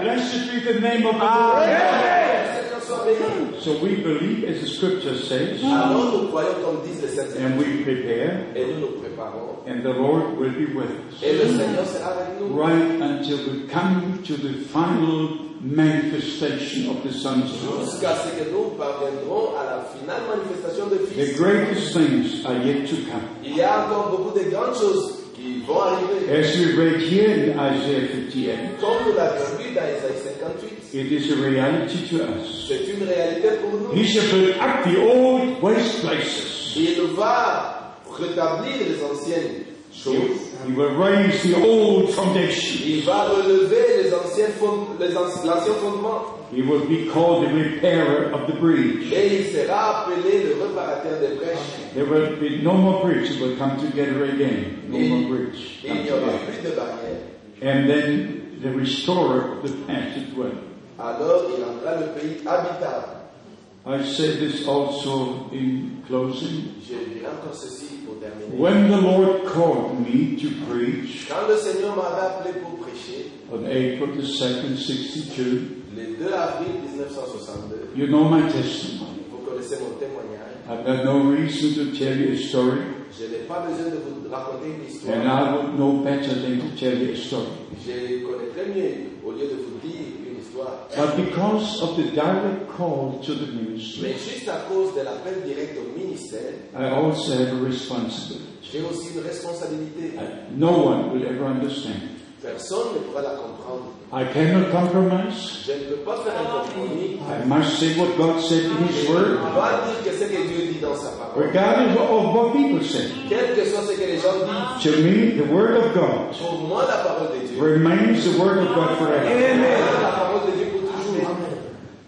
Blessed be the name of the Lord. de cette chanson bénie. So we believe as the scripture says, Alors nous croyons comme disent les saints. and we prepare, Et nous nous préparons. and the Lord will be with us. Et le Seigneur sera avec nous. Right until we come to the final manifestation of the Son's Lord. Jusqu'à ce que nous parviendrons à la finale manifestation de The Fils. greatest things are yet to come. Il y a encore beaucoup de grandes choses qui vont arriver. As we read here in Isaiah 58, Comme nous l'avons vu dans Isaïe 58, it is a reality to us. c'est une réalité pour nous. He shall build up the old waste places. Il va rétablir les anciennes choses. He will raise the old foundation. Il va relever les anciens, fond- les anci- l'ancien fondement He will be called the repairer of the breach. et il sera appelé le réparateur des brèches. There will be no more breach. It will come together again. No more breach. Et il n'y aura plus de barrière. And then the restorer of the past as well. Alors il rendra le pays habitable. I said this also in closing. Je dirai encore ceci pour terminer. When the Lord called me to preach Quand le Seigneur m'avait appelé pour prêcher, on April the 2nd, 62, le 2 avril 1962, you know my testimony. vous connaissez mon témoignage. I've got no reason to tell you a story, Je n'ai pas besoin de vous raconter une and histoire. I would know better than to tell you a story. Je connais très mieux au lieu de vous dire une histoire. But because of the direct call to the ministry, Mais juste à cause de l'appel direct au ministère, I also have a responsibility. j'ai aussi une responsabilité. I- No one will ever understand. Personne ne pourra la comprendre. I cannot compromise. Je ne peux pas faire un compromis. I must say what God said in His On Word, va dire que ce que Dieu dit dans sa parole. regardless of what people say. Quel que soit ce que les gens disent, To me, the Word of God pour moi, la parole de Dieu. remains the Word of God forever. La parole de Dieu pour toujours.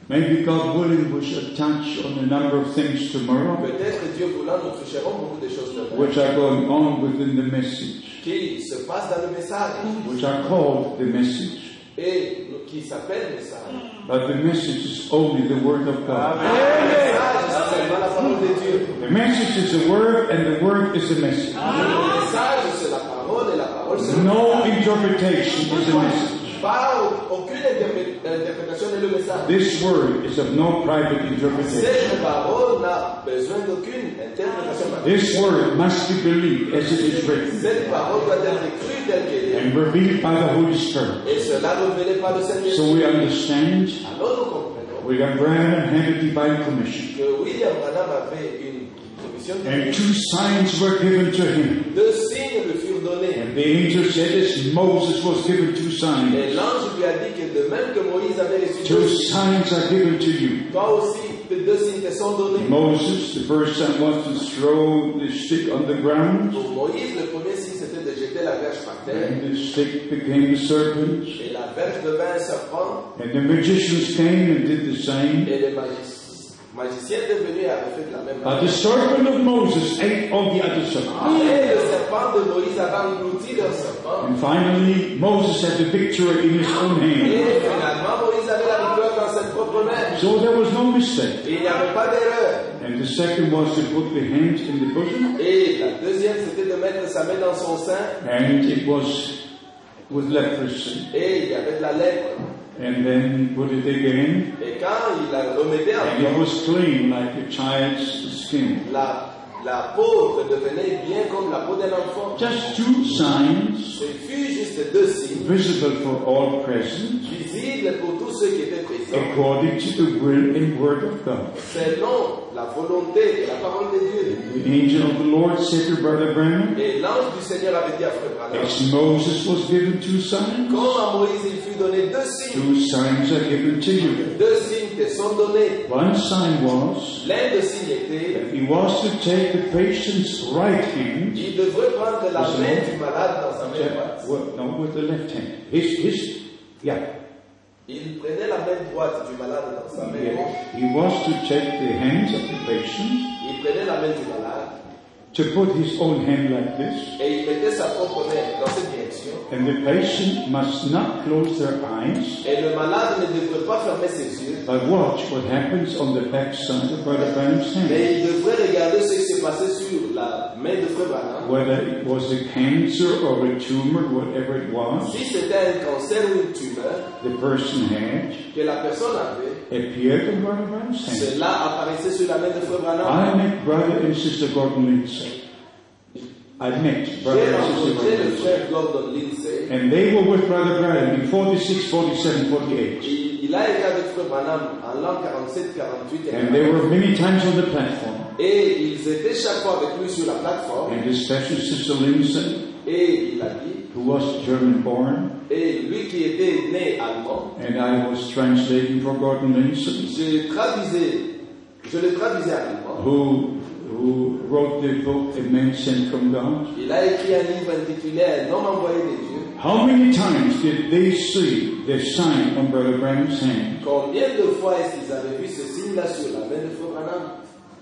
Maybe God willing, we shall touch on a number of things tomorrow, Peut-être Dieu voulant, nous toucherons beaucoup de choses demain which are going on within the message, qui se passent dans le message which are called the message. et qui s'appelle message. But the message is only the Word of God. Le message, c'est seulement la parole de Dieu. The message is the word, and the word is the message. Le message, c'est la parole et la parole, c'est le No message. interpretation is the message. Pas aucune interpré- interprétation n'est le message. This word is of no private interpretation. Cette parole n'a besoin d'aucune interprétation. This word must be believed as it is written Cette parole doit être crue telle qu'elle est. and revealed by the Holy Spirit. Et cela révélé par le Seigneur. So we understand Alors nous comprenons William Branham had a divine commission, que William Branham avait une commission. and two signs were given to him. Deux signes lui furent donnés. And the angel said, as Moses was given two signs, Et l'ange lui a dit que de même que Moïse avait reçu two deux signes, signs are given to you. toi aussi, tes deux signes te sont donnés. Moses, the first sign was to throw the stick on the ground. Pour Moïse, le premier signe, c'était de jeter la verge par terre. And the stick became a serpent, Et la verge devint un serpent. and the magicians came and did the same. Et les magici- magiciens devenus avaient fait de la même But the manière. serpent of Moses ate all the other serpents. Et le serpent de Moïse avait englouti leur serpent. And finally, Moses had the victory in his own hand. Et finalement, Moïse avait la victoire dans ses propres mains. So there was no mistake. Il n'y avait pas d'erreur. And the second was to put the hand in the bosom, Et la deuxième, c'était de mettre sa main dans son sein. and it was with leprosy. Et il y avait de la lèpre. And then put it again, Et quand il la remettait en and it was clean like a child's skin. La, la peau redevenait bien comme la peau d'un enfant. Just two signs, Ce fut juste deux signes, visible for all present, visibles pour tous ceux qui étaient présents, according to the will and word of God. selon la volonté et la parole de Dieu. The angel of the Lord said to Brother Branham, Et l'ange du Seigneur avait dit à Frère Branham, As Moses was given two signs, comme à Moïse il fut donné deux signes, two signs are given to you. deux signes te sont donnés. One sign was L'un des signes était, that he was to take the patient's right hand, il devrait prendre la main du malade dans sa main droite. well, no, with the left hand, his, his, yeah, Il prenait la main droite du malade dans sa main gauche. yeah. he was to take the hands of the patient, Il prenait la main du malade to put his own hand like this, et il mettait sa propre main dans cette direction. and the patient must not close their eyes, Et le malade ne devrait pas fermer ses yeux, but watch what happens on the back side of Brother Branham's hand. mais il devrait regarder ce qui s'est passé sur la main de Frère Branham. whether it was a cancer or a tumor, whatever it was, Si c'était un cancer ou une tumeur the person had que la personne avait, appeared in Brother Brown's hand. cela apparaissait sur la main de Frère Branham. I met Brother and Sister Gordon Lindsay. I met Brother J'ai and Sister rencontré Gordon le Lindsay. frère Gordon Lindsay. And they were with Brother Brown in 46, 47, 48. Il, il a été avec Frère Branham en l'an 47, 48 et And they 49. were many times on the platform. Et ils étaient chaque fois avec lui sur la plateforme. And especially Sister Lindsay, Et il a dit, who was German born, et lui qui était né allemand, and I was translating for Gordon Lindsay, je traduisais, je le traduisais en allemand. who who wrote the book, A Man Sent from God, Il a écrit un livre intitulé Un homme envoyé de Dieu. how many times did they see the sign on Brother Branham's hand? Combien de fois est-ce qu'ils avaient vu ce signe-là sur la main de Frère Branham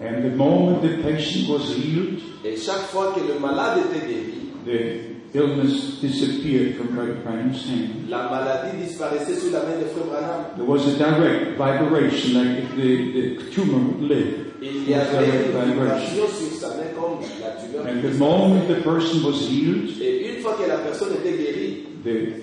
And the moment the patient was healed, Et chaque fois que le malade était guéri, the illness disappeared from Brother Branham's hand. la maladie disparaissait sur la main de Frère Branham. There was a direct vibration, like if the, the tumor lived. Il y avait une vibration sur sa main comme la tumeur. And the moment the person was healed, Et une fois que la personne était guérie, the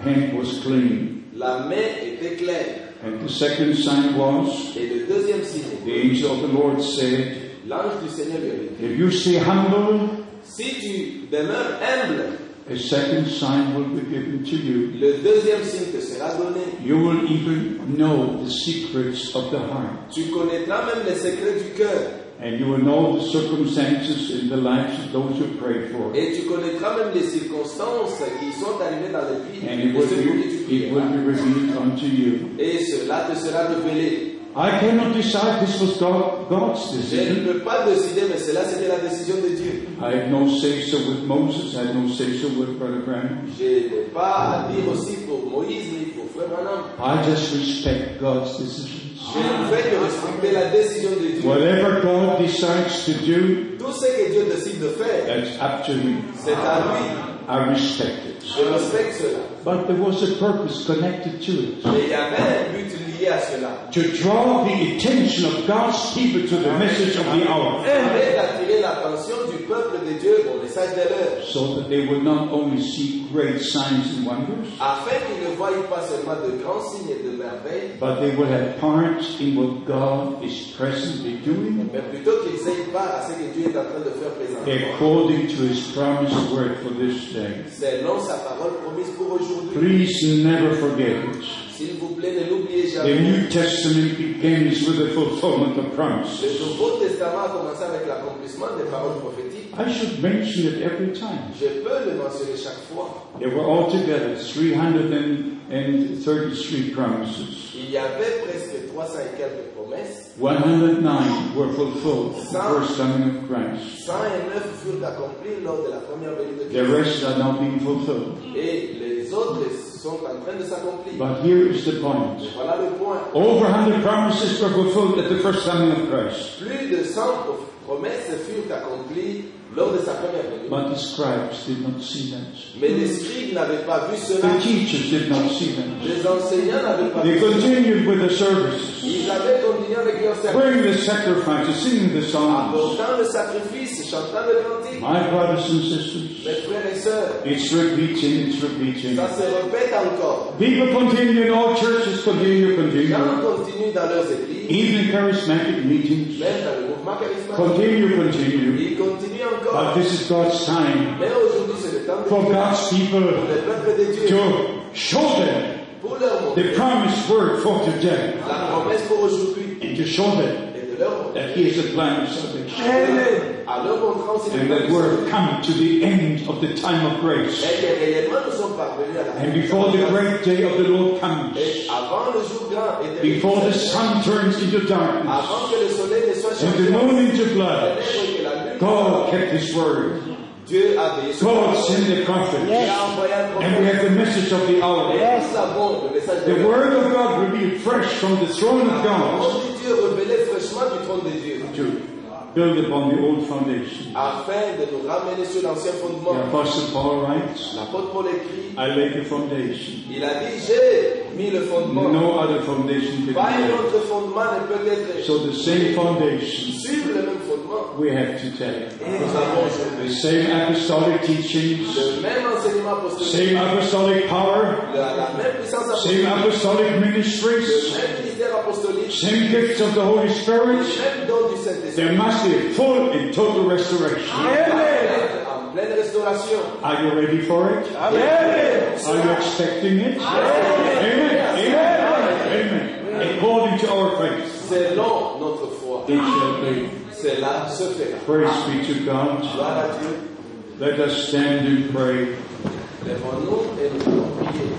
hand was clean. la main était claire. And the second sign was, Et le deuxième signe, the angel of the Lord said, l'ange du Seigneur lui a dit, if you stay humble, si tu demeures humble, a second sign will be given to you. le deuxième signe te sera donné. You will even know the secrets of the heart. Tu connaîtras même les secrets du cœur. And you will know the circumstances in the lives of those you pray for. Et tu connaîtras même les circonstances qui sont arrivées dans la vie And it de will ceux pour qui tu be, it will prieras. be revealed unto you. Et cela te sera révélé. I cannot decide this was God, God's Je ne decision. peux pas décider, mais cela c'était la décision de Dieu. I had no say so with Moses, I had no say so with Brother Branham. Je n'ai pas à dire aussi pour Moïse ni pour Frère Branham. I just respect God's decisions. Je ne fais que respecter la décision de Dieu. Whatever God decides to do, Tout ce que Dieu décide de faire, that's up to him. c'est à lui. I respect it. Je respecte cela. But there was a purpose connected to it. Mais il y avait un but lié à cela. To draw the attention of God's people to the message of the hour. Afin d'attirer l'attention du peuple de Dieu au message de l'heure. So that they will not only see great signs and wonders, Afin qu'ils ne voient pas seulement de grands signes et de merveilles, but they will have part in what God is presently doing mais plutôt qu'ils aient part à ce que Dieu est en train de faire présentement. according to his promised word for this day. Selon sa parole promise pour aujourd'hui. Please never forget it. S'il vous plaît, ne l'oubliez The jamais. New Testament begins with the fulfillment of Le promises. Nouveau Testament a commencé avec l'accomplissement des paroles prophétiques. I should mention it every time. Je peux le mentionner chaque fois. There were altogether 333 promises. Il y avait presque 300 et quelques promesses. 109 were fulfilled at the first coming of Christ. 109 furent accomplies lors de la première venue de The Christ. rest are not being fulfilled. Et les autres sont en train de s'accomplir. But here is the Et point. Voilà le point. Over 100 promises were fulfilled at the first coming of Christ. Plus de 100 promesses furent accomplies lors de sa première venue. But the scribes did not see that. Mais les scribes n'avaient pas vu cela. The teachers did not see that. Les enseignants n'avaient pas They vu cela. continued with the services, Ils avaient continué avec leur service. bringing the sacrifices, singing the psalms. Apportant le sacrifice, chantant le cantique. My brothers and sisters, Mes frères et sœurs, it's repeating, it's repeating. ça se répète encore. People continue in all churches, continue, Les gens continue. continuent dans leurs églises, Even charismatic meetings, même dans le mouvement charismatique. continue, continue. Ils continuent But encore. this is God's time Mais aujourd'hui, c'est le temps de for Dieu, God's pour people le peuple de Dieu, to show them pour leur the montrer promised word for today la promesse pour aujourd'hui and to show them et de leur montrer. that He is the plan of salvation. À leur montrant aussi And that we're come to the end of the time of grace. Et que réellement nous sommes parvenus à la And before the great day of the Lord Et comes, avant le jour grand et terrible, before the sun turns into darkness, avant que le soleil ne soit and changé, the moon into la blood. ténèbre et que la lune, God kept His word. Dieu a veillé sur God nous. sent the Il prophets. a envoyé And un we prophète. have the message of the hour. Et nous avons le message de The Dieu. word of God revealed fresh from the throne of God Mon Dieu révélé fraîchement du trône de Dieu to build upon the old foundation. afin de nous ramener sur l'ancien fondement. The Apostle Paul writes, L'apôtre Paul écrit, I laid the foundation. il a dit j'ai mis le fondement. No other foundation can Pas be un laid. autre fondement ne peut être So the same foundation suivre le même fondement. we have to take. Et nous avons The aujourd'hui same apostolic teachings, le même enseignement apostolique, same apostolic power, la, la même puissance same apostolique, apostolic le ministries, même ministère apostolique, same gifts of the Holy le Spirit. même don du Saint-Esprit. There must be a full and total restoration. Amen. En pleine restauration. Are you ready for it? Are you expecting it? Amen. Amen. Amen. According to our faith, Selon notre foi, it shall be. cela se fera. Praise be to God. Gloire à Dieu. Let us stand and pray. Lèvons-nous et nous allons prier.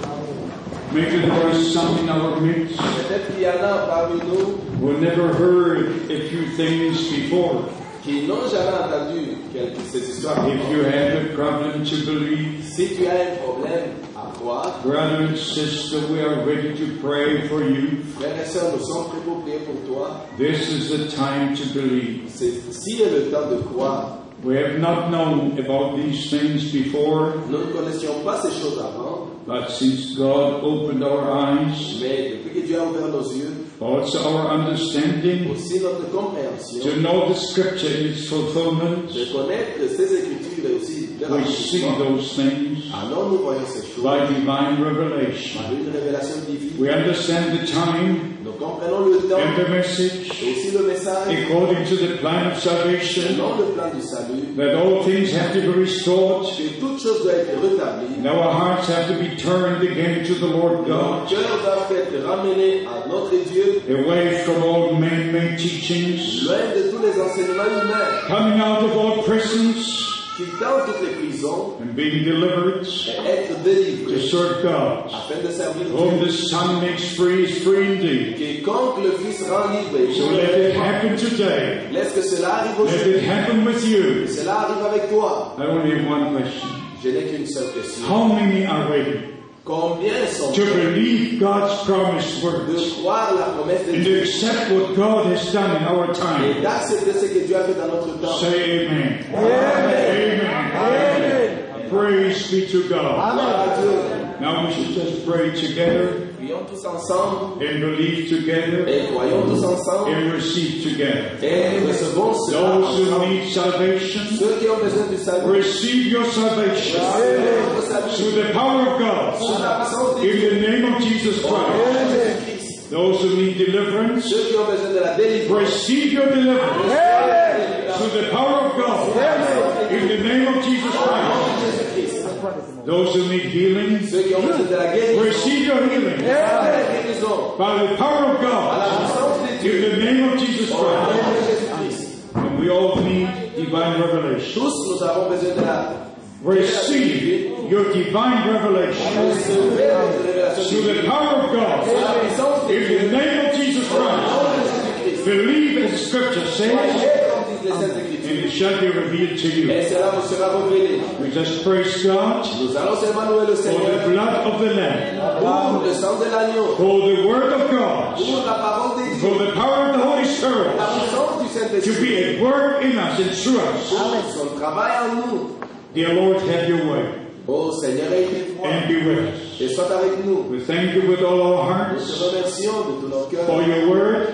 Maybe there are some in our midst Peut-être qu'il y en a parmi nous who never heard a few things before. qui qui n'ont jamais entendu quelque- cette histoire. If you have a problem to believe, Si tu as un problème à croire, brother and sister, we are ready to pray for you. frères et sœurs, nous sommes prêts pour prier pour toi. This is the time to believe. C'est- Si est le temps de croire, We have not known about these things before, nous ne connaissions pas ces choses avant, but since God opened our eyes, mais depuis que Dieu a ouvert nos yeux, also our understanding, aussi notre compréhension, to know the scripture in its fulfillment, de connaître ces écritures et aussi leur we see accomplissement. those things Alors nous voyons ces choses by divine par revelation. une révélation divine. We understand the time Nous comprenons le and temps the message et aussi le message, according to the plan of salvation, selon le plan du salut, that all things have to be restored, que toute chose doit être rétablie, and our hearts have to be turned again to the Lord nos God, cœurs doivent être ramenés à notre Dieu, away from all man-made teachings, loin de tous les enseignements humains coming out of all prisons qui tentent toutes les prisons and being delivered et être to délivrés serve God. afin de servir Whom Dieu. the Son makes free is free indeed. Quiconque le Fils rend libre, et So let it happen today. laisse que cela arrive Let aujourd'hui, it happen with you. que cela arrive avec toi. I only have one question. Je n'ai qu'une seule question. How many are ready Oh. Combien sont to believe God's promised words de croire la promesse de and to Dieu accept what God has done in our et time? d'accepter ce que Dieu a fait dans notre temps. Say amen. Amen. Praise be to God. Gloire à Dieu. Now we should just pray together Prions tous ensemble and believe together et croyons tous ensemble and receive together. et recevons cela Those who ensemble. need salvation, Ceux qui ont besoin du salut, receive your salvation recevez votre through salut the power of sous God la puissance de in Dieu. the name of Jesus Au nom Christ. de Jésus-Christ. Those who need deliverance, Ceux qui ont besoin de la délivrance, receive your deliverance through the power of God in the name of Jesus Christ. Jésus-Christ. Those who need healing, Ceux qui ont besoin de la guérison, receive your healing la guérison, by the power of à la God puissance de in Dieu. the name of Jesus Au nom Christ. de Jésus-Christ. And we all need divine revelation. Tous nous avons besoin de la Receive your divine revelation Recevez votre révélation through the power of de la God puissance de in the Dieu. name of Jesus Au Christ. nom de Jésus-Christ. Believe as Scripture says, Croyez comme disent les Saintes and Écritures. it shall be revealed to you. Et cela vous sera révélé. We just praise God Nous allons seulement louer le for the Seigneur blood of the Lamb, pour le sang de l'agneau, for the Word of God, pour la parole de Dieu, for the power of the Holy la Spirit puissance du to Saint-Esprit, be at work in us and through us. pour son travail en nous. Dear Lord, have your way Ô Seigneur, aide-moi and be with us. et sois avec nous. We thank you with all our Nous hearts te remercions de tout notre for cœur your Word.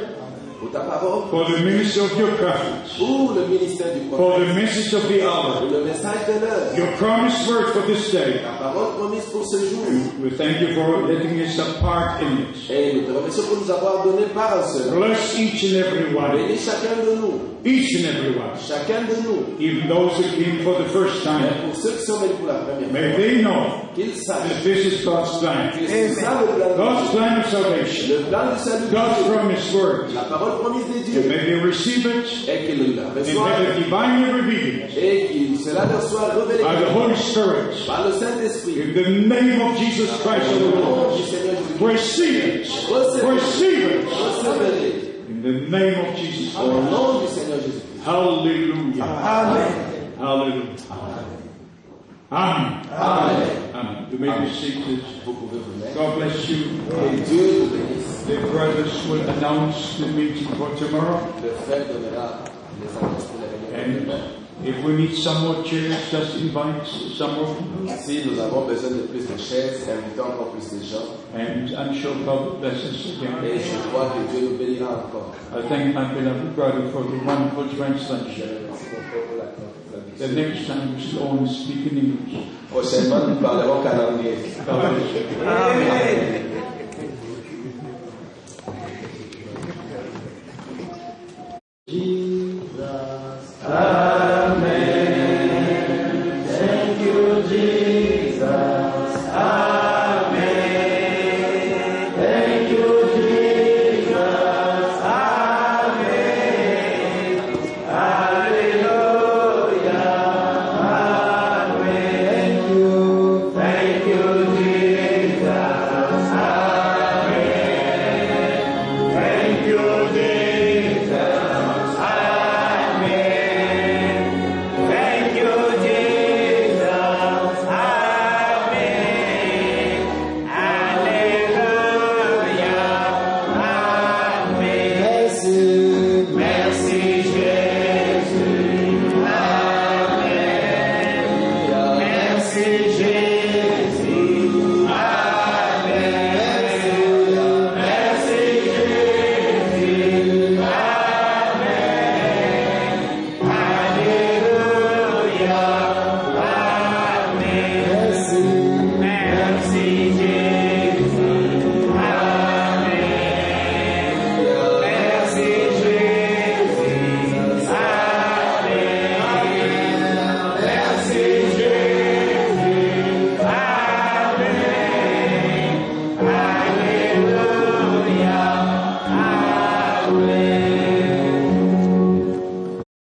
pour ta parole, for the ministry of your prophets, pour le ministère du for prophète, the message of the hour, pour le message de l'heure, your promised word for this day. la parole promise pour ce jour. We thank you for letting us a part in it. Et nous te remercions pour nous avoir donné part à cela. Bless each and every one, Bénis chacun de nous, each and every one, chacun de nous, even those who came for the first mais time. pour ceux qui sont venus pour la première fois, May they know qu'ils sachent that this is God's que plan, c'est ça le plan de God's Dieu. plan of salvation, Le plan du salut de God's Dieu, promised word. la parole promise de And Dieu, may they receive it et qu'ils la and may reçoivent, it divinely revealed et que cela leur soit révélé by the Holy Spirit par le Saint-Esprit. in the name of Jesus Christ Au of the nom Lord. du Seigneur Jésus-Christ, Receive it. Receive it. recevez-les. In the name of Jesus Au Christ. nom du Seigneur Jésus-Christ. Hallelujah. Amen. Hallelujah. Amen. Amen. Amen. You may be seated. Vous pouvez vous mettre. God bless you. Que Dieu vous bénisse. The brothers will announce the meeting for tomorrow. Le frère donnera les annonces pour l'événement And demain. if we need some more chairs, just invite some of them. Si nous avons besoin de plus de chaises, invitons encore plus de gens. And I'm sure God bless us again. Et je crois que Dieu nous bénira encore. I thank my beloved brother for the wonderful translation. Merci beaucoup pour la traduction. The next time we will only speak in English. Prochainement, nous parlerons qu'en anglais. God bless you. Amen.